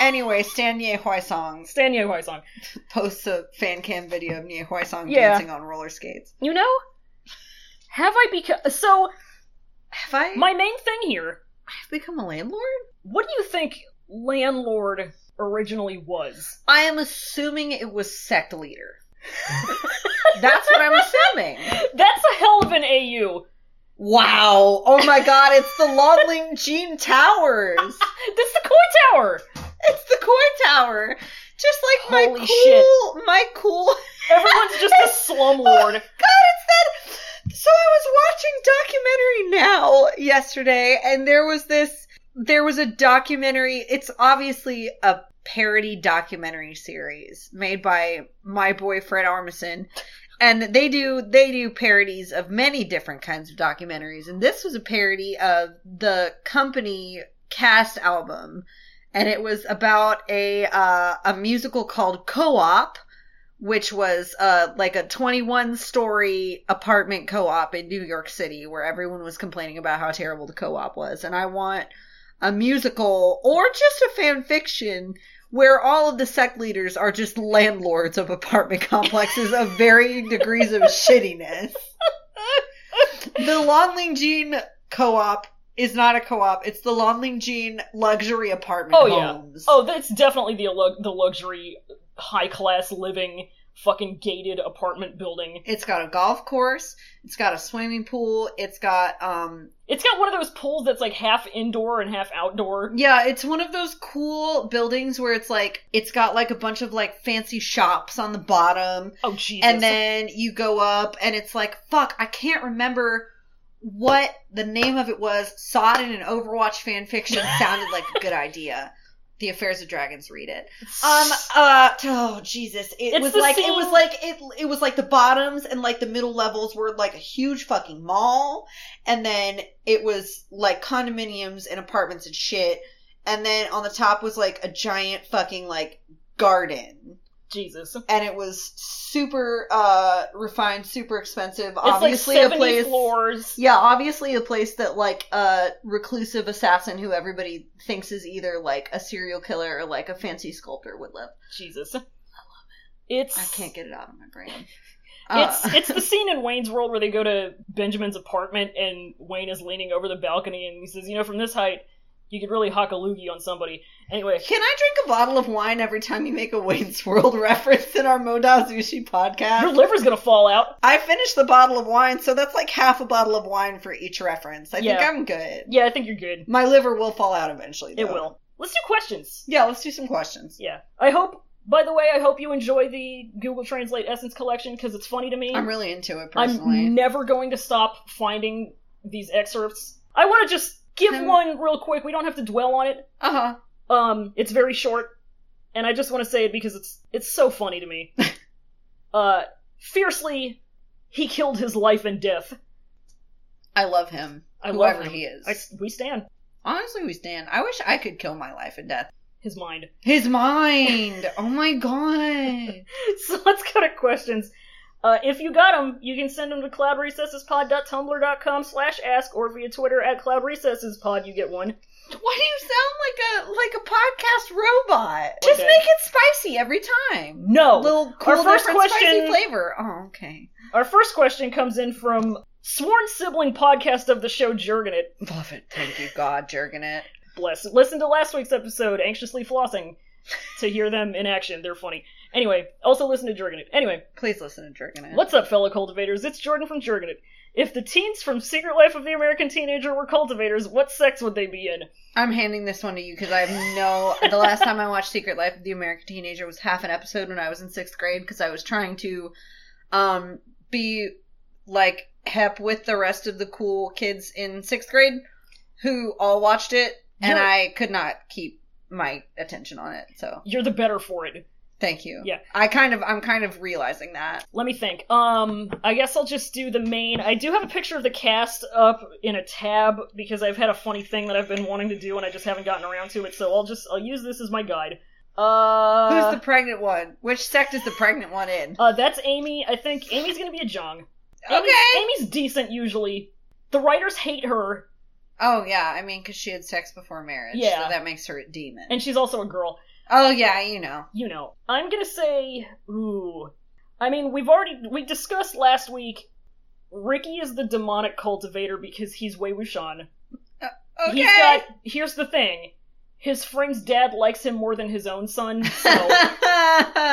B: Anyway, Stan Ye Huaisong
A: Stan Ye Huaisong.
B: posts a fan cam video of Ye Huaisong
A: Yeah.
B: dancing on roller skates.
A: You know, have I become so?
B: Have I
A: My main thing here.
B: have become a landlord?
A: What do you think landlord originally was?
B: I am assuming it was sect leader. *laughs* That's what I'm assuming.
A: That's a hell of an AU.
B: Wow. Oh my god, it's the Longling Jean Towers. *laughs*
A: That's the Koi Tower.
B: It's the Koi Tower. Just like my
A: Holy
B: cool
A: shit.
B: my cool
A: Everyone's just a slumlord.
B: God, it's that. So I was watching documentary now yesterday, and there was this. There was a documentary. It's obviously a parody documentary series made by my boy Fred Armisen, and they do they do parodies of many different kinds of documentaries. And this was a parody of the company cast album, and it was about a uh, a musical called Co-op which was uh like a 21 story apartment co-op in New York City where everyone was complaining about how terrible the co-op was and I want a musical or just a fan fiction where all of the sect leaders are just landlords of apartment complexes
A: *laughs*
B: of varying degrees of shittiness. The Longling Jean co-op is not a co-op. It's the Longling Jean luxury apartment
A: Oh, yeah.
B: homes.
A: Oh, that's definitely the lu- the luxury, high class living, fucking gated apartment building.
B: It's got a golf course. It's got a swimming pool. It's got um
A: It's got one of those pools that's like half indoor and half outdoor.
B: yeah, it's one of those cool buildings where it's like it's got like a bunch of like fancy shops on the bottom
A: Oh Jesus!
B: and then you go up and it's like fuck, I can't remember what the name of it was. Saw it in an Overwatch
A: *laughs*
B: fan fiction sounded like a good idea. The Affairs of Dragons read it. Um. Uh. Oh Jesus! It
A: It's
B: was
A: the
B: like it
A: same-
B: was like it. It was like the bottoms and like the middle levels were like a huge fucking mall, and then it was like condominiums and apartments and shit, and then on the top was like a giant fucking like garden,
A: Jesus.
B: and it was super uh refined, super expensive.
A: It's like
B: Obviously, a
A: seventy
B: place.
A: floors.
B: Yeah, obviously a place that like a reclusive assassin who everybody thinks is either like a serial killer or like a fancy sculptor would live.
A: Jesus. It's
B: I can't get it out of my brain.
A: *laughs* It's
B: Uh,
A: it's
B: *laughs*
A: the scene in Wayne's World where they go to Benjamin's apartment and Wayne is leaning over the balcony and he says, "You know, from this height, you could really hock a loogie on somebody." Anyway,
B: *laughs* Can I drink a bottle of wine every time you make a Wayne's World *laughs* reference in our Moda Zushi
A: your
B: podcast?
A: liver's gonna fall out.
B: I finished the bottle of wine, so that's like half a bottle of wine for each reference. I
A: Yeah.
B: think I'm good.
A: Yeah, I think you're good.
B: My liver will fall out eventually.
A: It
B: though.
A: will. Let's do questions.
B: Yeah, let's do some questions.
A: Yeah, I hope. By the way, I hope you enjoy the Google Translate Essence collection because it's funny to me.
B: I'm really into it
A: I'm
B: personally.
A: never going to stop finding these excerpts. I want to just give
B: Hmm.
A: one real quick. We don't have to dwell on it.
B: uh huh.
A: Um, it's very short, and
B: *laughs*
A: I just want to say it because it's it's so funny to me. uh, fiercely He killed his life and death.
B: I love him.
A: I
B: whoever
A: love him.
B: he is.
A: I, we stand
B: Honestly, we stand. I wish I could kill my life and death.
A: his mind.
B: His *laughs* mind. oh my god.
A: *laughs* so let's go to questions. Uh, if you got them, you can send them to cloudrecessespod.tumblr.com slash ask or via Twitter at cloudrecessespod. You get one.
B: Why do you sound like a like a podcast
A: One
B: robot? Just
A: day.
B: make it spicy every time.
A: No.
B: little cool
A: our first
B: different spicy
A: question-
B: flavor. Oh, okay.
A: Our first question comes in from sworn sibling podcast of the show Jurgenit.
B: Love it. Thank you, God, jerking it.
A: Bless. Listen to last week's episode, anxiously flossing, to hear them in action. They're funny. Anyway, also listen to Jurgenit. Anyway,
B: Please listen to jerking it.
A: What's up, fellow cultivators? It's Jordan from Jurgenit. If the teens from Secret Life of the American Teenager were cultivators, what sex would they be in?
B: I'm handing this one to you because I have no. the last time I watched Secret Life of the American Teenager was half an episode when I was in sixth grade because I was trying to, um, be like hep with the rest of the cool kids in sixth grade who all watched it, and
A: You're-
B: I could not keep my attention on it. So
A: You're the better for it.
B: thank you.
A: Yeah.
B: I kind of I'm kind of realizing that.
A: Let me think. Um, I guess I'll just do the main. I do have a picture of the cast up in a tab because I've had a funny thing that I've been wanting to do and I just haven't gotten around to it. So I'll just I'll use this as my guide. Uh,
B: Who's the pregnant one? Which sect is the pregnant
A: *laughs*
B: one in?
A: uh that's Amy. I think Amy's gonna be a Jong. Amy's,
B: Okay.
A: Amy's decent usually. The writers hate her,
B: Oh yeah, I mean, because she had sex before marriage,
A: Yeah.
B: so that makes her a demon.
A: and she's also a girl.
B: oh yeah, you know.
A: you know, I'm gonna say, ooh. I mean, we've already we discussed last week. Ricky is the demonic cultivator because he's Wei Wuxian.
B: Okay.
A: He's got. Here's the thing: his friend's dad likes him more than his own son, *laughs*
B: *laughs*
A: so,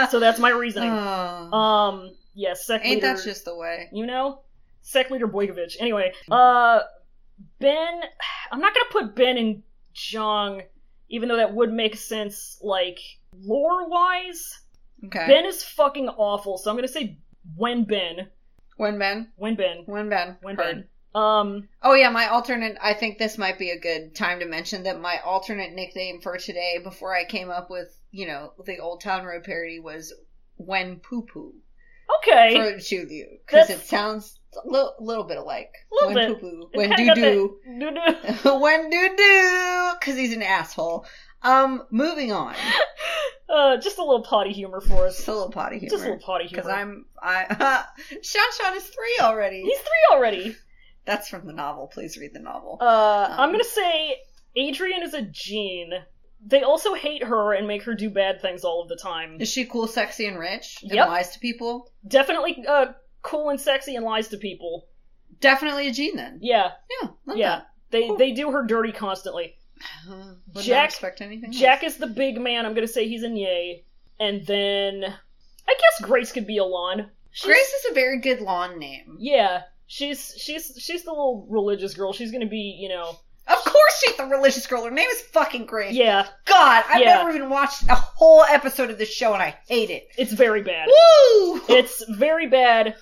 A: so that's my reasoning.
B: Oh.
A: Um, yes, yeah, sect
B: Ain't that
A: leader-
B: just the way?
A: you know, sect leader Boykovich. Anyway, uh, Ben, I'm not gonna put Ben and Jong, even though that would make sense, like lore wise.
B: Okay.
A: Ben is fucking awful, so I'm gonna say when Ben,
B: When Ben?
A: when Ben,
B: When Ben?
A: when
B: Heard.
A: Ben. Um,
B: Oh yeah, my alternate. I think this might be a good time to mention that my alternate nickname for today, before I came up with you know the Old Town Road parody, was When Poo Poo
A: okay,
B: for Juliu because
A: That's-
B: it sounds a little, little bit alike.
A: Little
B: when
A: bit.
B: Poo Poo.
A: It
B: When
A: kinda
B: Doo
A: got
B: Doo.
A: that- doo-doo. *laughs*
B: *laughs* when do do because he's an asshole um moving on
A: *laughs* Uh, just a little potty humor for us.
B: just a little potty
A: Just a
B: humor
A: little potty humor.
B: because i'm i *laughs* sean sean is three already
A: He's three already.
B: that's from the novel please read the novel
A: Uh, I'm
B: Um.
A: gonna say Adrian is a Jean. They also hate her and make her do bad things all of the time.
B: is she cool sexy and rich and
A: Yep.
B: lies to people
A: Definitely uh, cool and sexy and lies to people.
B: definitely a gene then
A: Yeah,
B: yeah love
A: yeah. They
B: Cool.
A: they do her dirty constantly.
B: that. Uh, would
A: Jack-
B: not expect anything
A: Jack is the big man. I'm gonna say he's in Yay, and then I guess Grace could be Alon.
B: else. grace is a very good lawn name
A: Yeah, she's she's she's the little religious girl. She's gonna be you know
B: of course she's a religious girl her name is fucking grace
A: yeah.
B: god i've
A: Yeah.
B: never even watched a whole episode of this show and i hate it
A: It's very bad.
B: woo
A: It's very bad.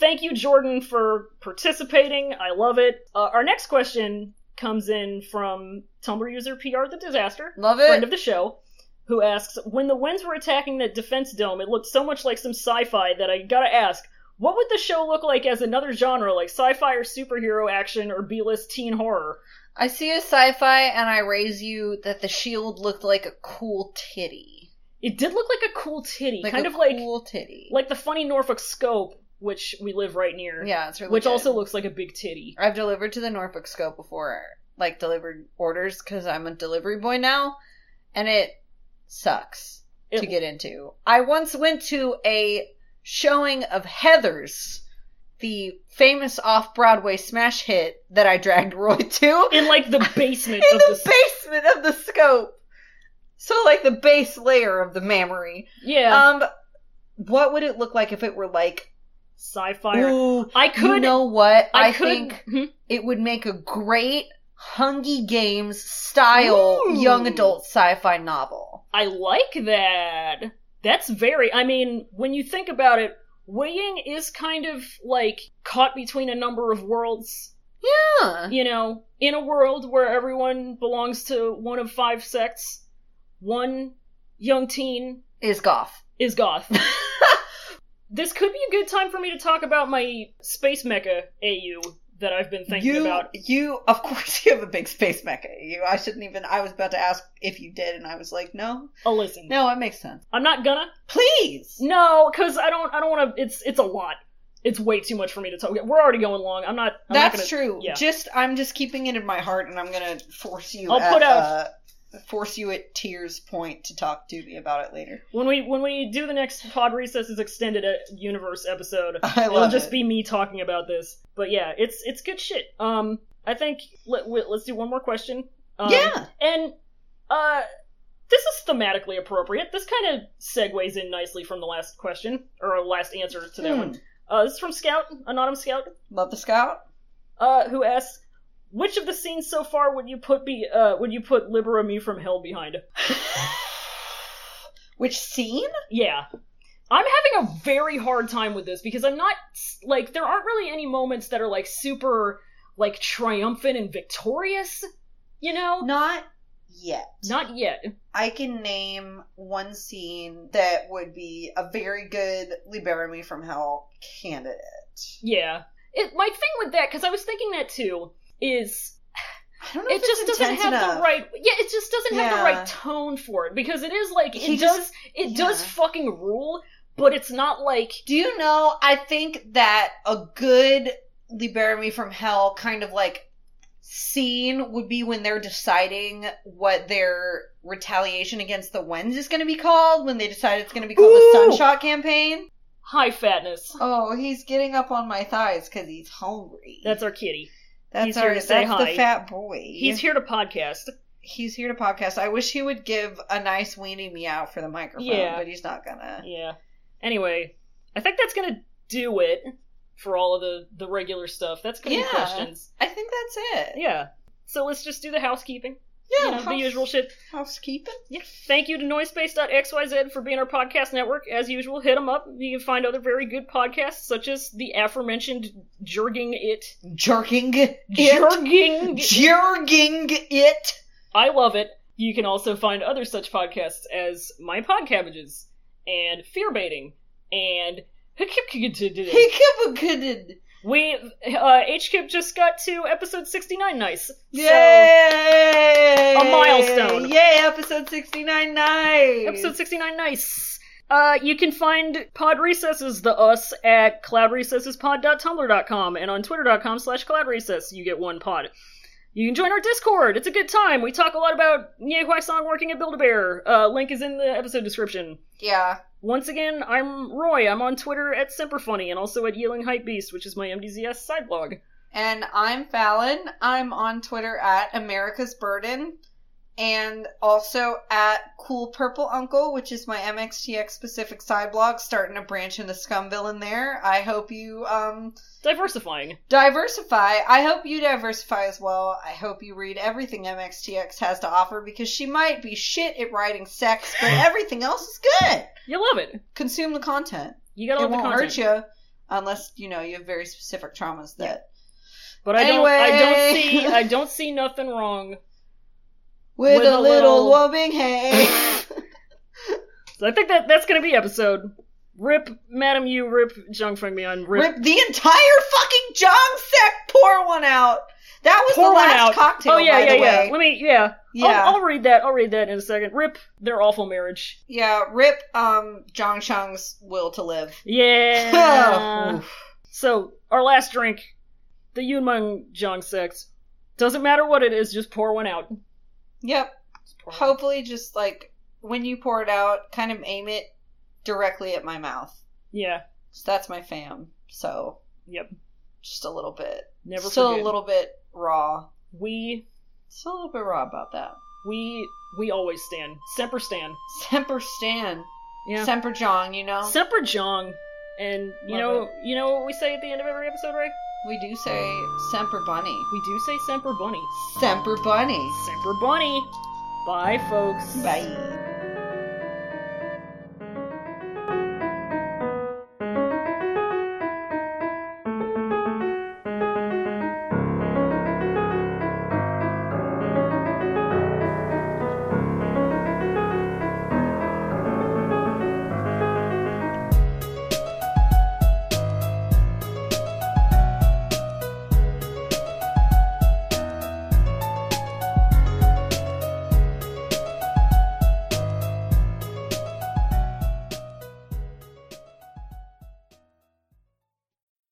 A: Thank you, Jordan, for participating. I love it. Uh, our next question comes in from Tumblr user PR the Disaster.
B: *laughs* love
A: friend
B: it
A: of the show, who asks, "When the winds were attacking that defense dome, it looked so much like some sci-fi that I gotta ask, what would the show look like as another genre, like sci-fi or superhero action or B-list teen horror?"
B: I see a sci-fi and I raise you that the shield looked like a cool titty.
A: It did look like a cool titty,
B: Like
A: kind
B: a
A: of like
B: cool titty.
A: like the funny Norfolk scope, which we live right near,
B: yeah, it's really
A: which
B: good.
A: also looks like a big titty.
B: I've delivered to the Norfolk scope before, like delivered orders cuz I'm a delivery boy now and it sucks
A: It-
B: to get into. I once went to a showing of Heathers, the famous off-Broadway smash hit that I dragged Roy *laughs* to.
A: In like
B: *laughs*
A: the basement
B: in
A: of
B: the
A: the
B: basement of the scope. So like the base layer of the memory.
A: yeah
B: Um, what would it look like if it were like?
A: sci-fi. or-
B: Ooh,
A: I could
B: you know what?
A: I,
B: I,
A: could
B: think
A: hmm?
B: it would make a great Hungry Games style
A: Ooh.
B: young adult sci-fi novel.
A: I like that. That's very. I mean, when you think about it, weighing is kind of like caught between a number of worlds.
B: Huh.
A: You know, in a world where everyone belongs to one of five sects, one young teen
B: Is Goff? *laughs*
A: is goth. This could be a good time for me to talk about my space mecha AU that I've been *laughs* thinking
B: you,
A: about.
B: you, of course, *laughs* you have a big space mecha. You, I shouldn't even. I was about to ask if you did, and I was like, no,
A: Oh, listen,
B: no, it makes sense.
A: I'm not gonna.
B: Please,
A: No, because I don't. I don't want to. It's it's a lot. It's way too much for me to talk. We're already going long. I'm not. I'm
B: that's
A: not
B: true.
A: yeah.
B: Just, I'm just keeping it in my heart, and I'm gonna force you.
A: I'll
B: at,
A: put out-
B: Uh, force you at tears point to talk to me about it later. *laughs*
A: gonna, when we when we do the next Pod Recesses extended uh, universe episode,
B: I
A: it'll
B: love
A: just
B: it.
A: be me talking about this. But yeah, it's it's good shit. Um, I think let, we- let's do one more question. Um,
B: yeah,
A: and uh, this is thematically appropriate. This kind of segues in nicely from the last question or our last answer to that
B: Hmm.
A: one. Uh, this is from Scout, anonymous Scout,
B: love the scout.
A: uh, who asks, "Which of the scenes so far would you put be uh, would you put Libera Me from Hell behind?"
B: *sighs* Which scene?
A: Yeah. I'm having a very hard time with this because I'm not like there aren't really any moments that are like super like triumphant and victorious, you know?
B: Not yet.
A: Not yet.
B: I can name one scene that would be a very good Libera Me from Hell candidate.
A: Yeah. It my thing with that cuz I was thinking that too is
B: I don't know
A: it
B: if it's
A: just doesn't
B: intense
A: have
B: enough.
A: the right yeah it just doesn't have the
B: Yeah.
A: right tone for it because it is like it
B: He
A: does
B: just-
A: it
B: yeah.
A: does fucking rule but it's not like
B: Do you know? I think that a good Libera Me from Hell kind of like scene would be when they're deciding what their retaliation against the Wens is going to be called, when they decide it's going to be called
A: Ooh!
B: the Sunshot Campaign.
A: high fatness.
B: Oh, he's getting up on my thighs because he's hungry.
A: That's our kitty.
B: that's
A: he's
B: our
A: here to say
B: that's the
A: hi.
B: fat boy.
A: He's here to podcast.
B: he's here to podcast. I wish he would give a nice weenie meow for the microphone,
A: Yeah.
B: but he's not gonna.
A: Yeah. Anyway, I think that's gonna do it for all of the the regular stuff. That's gonna
B: Yeah.
A: be questions.
B: I think that's it.
A: Yeah. So let's just do the housekeeping.
B: Yeah,
A: you know, the
B: house-
A: usual shit.
B: housekeeping.
A: Yeah. Thank you to Noisepace.xyz for being our podcast network. As usual, hit them up. You can find other very good podcasts, such as the aforementioned Jerging It.
B: Jerking it. *laughs*
A: Jerging
B: Jerking it.
A: I love it. You can also find other such podcasts as My Pod Cabbages and Fear Baiting and *laughs*
B: He give a good.
A: We uh HKIP just got to episode 69 nice. So
B: Yay!
A: a milestone.
B: Yay! Episode sixty nine. Nice.
A: episode 69 nice. Uh, you can find Pod Recesses, the us, at cloudrecessespod.tumblr.com and on twitter.com slash cloudrecess. You get one pod. You can join our Discord. It's a good time. We talk a lot about Nye Song working at Build-A-Bear. Uh, link is in the episode description.
B: Yeah.
A: Once again, I'm Roy. I'm on Twitter at Semperfunny and also at Yelling Hype Beast, which is my MDZS side blog.
B: And I'm Fallon. I'm on Twitter at America's Burden and also at Cool Purple Uncle, which is my MXTX specific side blog, starting to branch into Scumville in there. I hope you um,
A: Diversifying.
B: diversify. I hope you diversify as well. I hope you read everything MXTX has to offer because she might be shit at writing sex,
A: *laughs*
B: but everything else is good.
A: You love it.
B: Consume the content.
A: You gotta
B: It
A: love the
B: won't
A: content.
B: hurt you unless, you know, you have very specific traumas that
A: But I don't. I don't
B: Anyway.
A: see. I don't see nothing wrong.
B: With, a, little,
A: little-
B: loving hand.
A: So I think that that's gonna be episode. Rip, Madam You, Rip, Jung Feng Mian, *laughs* Rip.
B: Rip the entire fucking Jong Sek pour one out. That was
A: Pour
B: the
A: one
B: last
A: out.
B: cocktail,
A: Oh yeah,
B: by
A: yeah, oh,
B: the
A: yeah.
B: way.
A: Let me. Yeah.
B: Yeah.
A: I'll, I'll read that. I'll read that in a second. Rip, their awful marriage.
B: yeah, rip um Jong Shang's will to live. *laughs*
A: Yeah.
B: Oof.
A: so our last drink, the Yunmeng Jung sex. Doesn't matter what it is, just pour one out.
B: Yep.
A: Just pour one out.
B: Hopefully just like when you pour it out, kind of aim it directly at my mouth.
A: Yeah.
B: So that's my fam. So
A: Yep.
B: Just a little bit.
A: Never
B: Still
A: forget.
B: a little bit raw.
A: We
B: Still a little bit raw about that.
A: we we always stand. Semper stand.
B: Semper Stan.
A: Yeah.
B: Semper Jong, you know?
A: Semper Jong. And you
B: Love
A: know, you know what we say at the end of every episode, right?
B: We do say Semper Bunny.
A: We do say Semper Bunny.
B: Semper Bunny.
A: Semper Bunny. Bye, folks.
B: Bye.